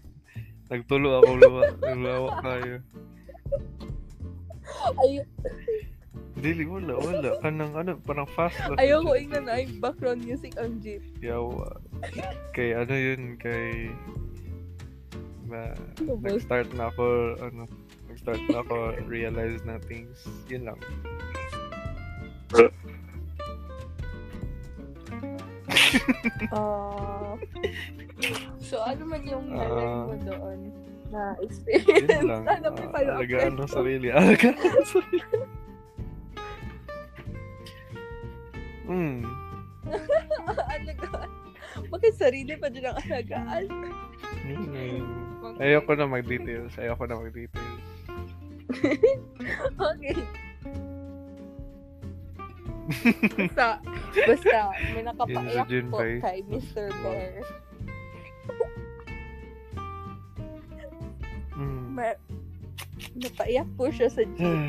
nagtulo ako luwa. Naglawa kayo. Ay, Dili, wala, wala. Kanang ano, parang fast lang. ayoko ingnan na ay background music ang jeep. Yawa. Kay ano yun, kay... Na, Ano ba? [LAUGHS] nag-start na ako, ano, nag-start na ako, realize na things. Yun lang. Ah... So ano man yung Ah. nalag mo doon? na experience. Ano Yun [LAUGHS] lang. Sana may Ah, follow-up alagaan ng question. sarili. [LAUGHS] Alagaan ng sarili. Hmm. [LAUGHS] alagaan. Bakit sarili pa din ang alagaan? Yun na yun. Ayoko na mag-details. Ayoko na mag-details. [LAUGHS] Okay. basta, basta, may nakapaiyak Yun sa po Junpei. kay Mr. Oh. Bear. Hmm. [LAUGHS] Ma- napaiyak po siya sa [LAUGHS] Ay,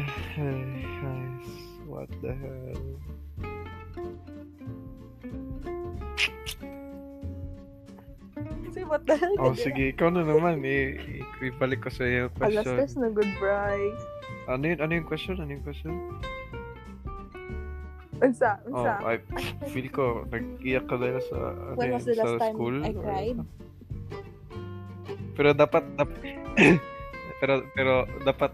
guys, what the hell? Kasi mo talaga. Oh, sige. Ikaw na naman. I- i- ibalik ko sa iyo yung Alas question. tres na good bright. Ano yun? Ano yung question? Ano yung question? Unsa, Oh, unsa. I feel ko, nag-iyak ka dahil sa, ano When yun, was the sa last time school. I or- cried? Pero dapat, dap- [COUGHS] pero, pero dapat,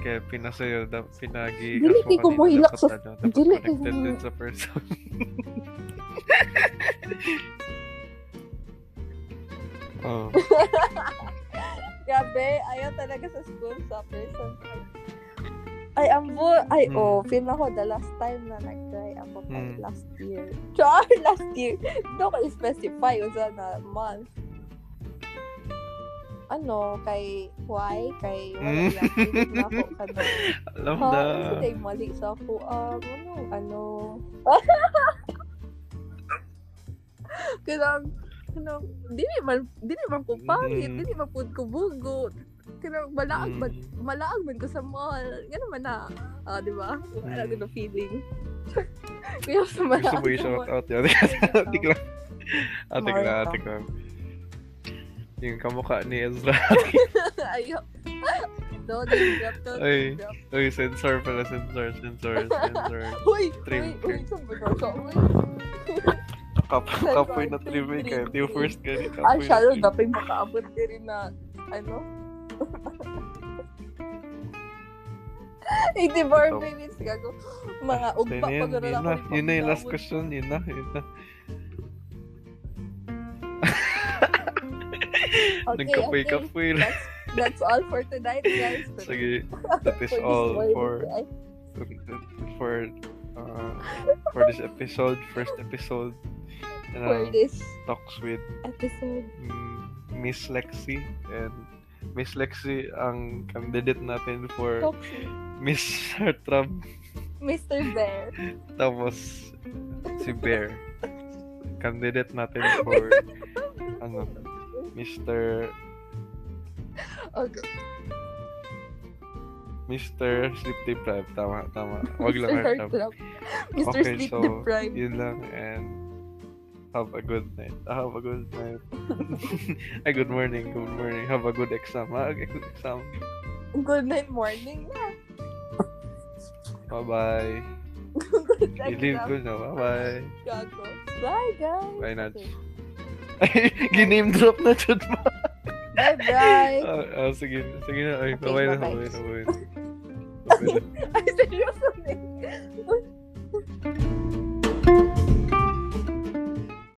kaya pinasayo, da, pinagi. Dili aso kay kanina, kumuhilak dapat sa- ano, dapat dili kay connected din kumuhi- sa person. [LAUGHS] oh. Grabe, ayaw talaga sa school sa person. Ay, ang bu... Ay, Hmm. oh, feel ako the last time na nag-cry ako pa Hmm. last year. [LAUGHS] Char, last year. Don't ko specify unsa na month. Ano, kay why? Kay wala Hmm. lang. Hindi na [LAUGHS] ako kanang Alam Ha, na. kasi tayo mali sa ako. Um, ano, ano. [LAUGHS] kanang, kanang, dili man, dili man ko pangit, Mhm. dili man po ko bugot. Kanang, malaag man, Mm. malaag man ko sa mall. Ganun man na. Ah, di ba? Wala Mhm. mm. feeling. [LAUGHS] Kaya sa Gusto [LAUGHS] malaag mo sa i-shout mall. out yun? [LAUGHS] Atik lang. Atik lang, Marta. atik lang. Yung kamukha ni Ezra. [LAUGHS] Ayaw. [LAUGHS] No, name drop to. name Ay. drop. Uy, sensor pala, sensor, [LAUGHS] sensor, sensor. Uy, uy, Trim. uy, sabi ko, so, uy. Kap kapoy na Sensor, tribe trim, kayo. Yung trim. first ka rin. Ah, kapoy na shallow, trim. dapat makaabot ka rin na, ano? [LAUGHS] 84 Ito. minutes gago. Mga So, ugpa yun, pag yun, wala yun na. akong Yun na yung last pagdawat. question. Yun na, yun [LAUGHS] na. Nagkapoy kapoy lang. That's, that's all for tonight, guys. [LAUGHS] [LAUGHS] Sige. That is For this all one, for guys. for uh, for this episode, first episode. for Uh, this talks with episode. mm, Miss Lexi and Miss Lexi ang candidate natin for Talk Miss Trump Mr. Bear. Tapos, si Bear. Candidate natin for, ano, Mr. Okay. Mr. Sleep Deprived. Tama, tama. Wag Mr. lang heart Heart tap. Club. Mr. Okay, Sleep so, Deprived. Yun lang, and have a good night. Ah, have a good night. Ay, good morning, good morning. Have a good exam. Ha? Okay, good exam. Good night morning. Bye-bye. Good night. I-leave love, ko na. Bye-bye. gago. Bye, guys. Bye, Nats. Okay. Ay, giname drop na, chud mo. [LAUGHS] Bye-bye. Ah, ah, sige, sige na. Ay, Okay, bye-bye na, bye-bye. bye-bye na, bye-bye na. Ay, seryoso, Nick.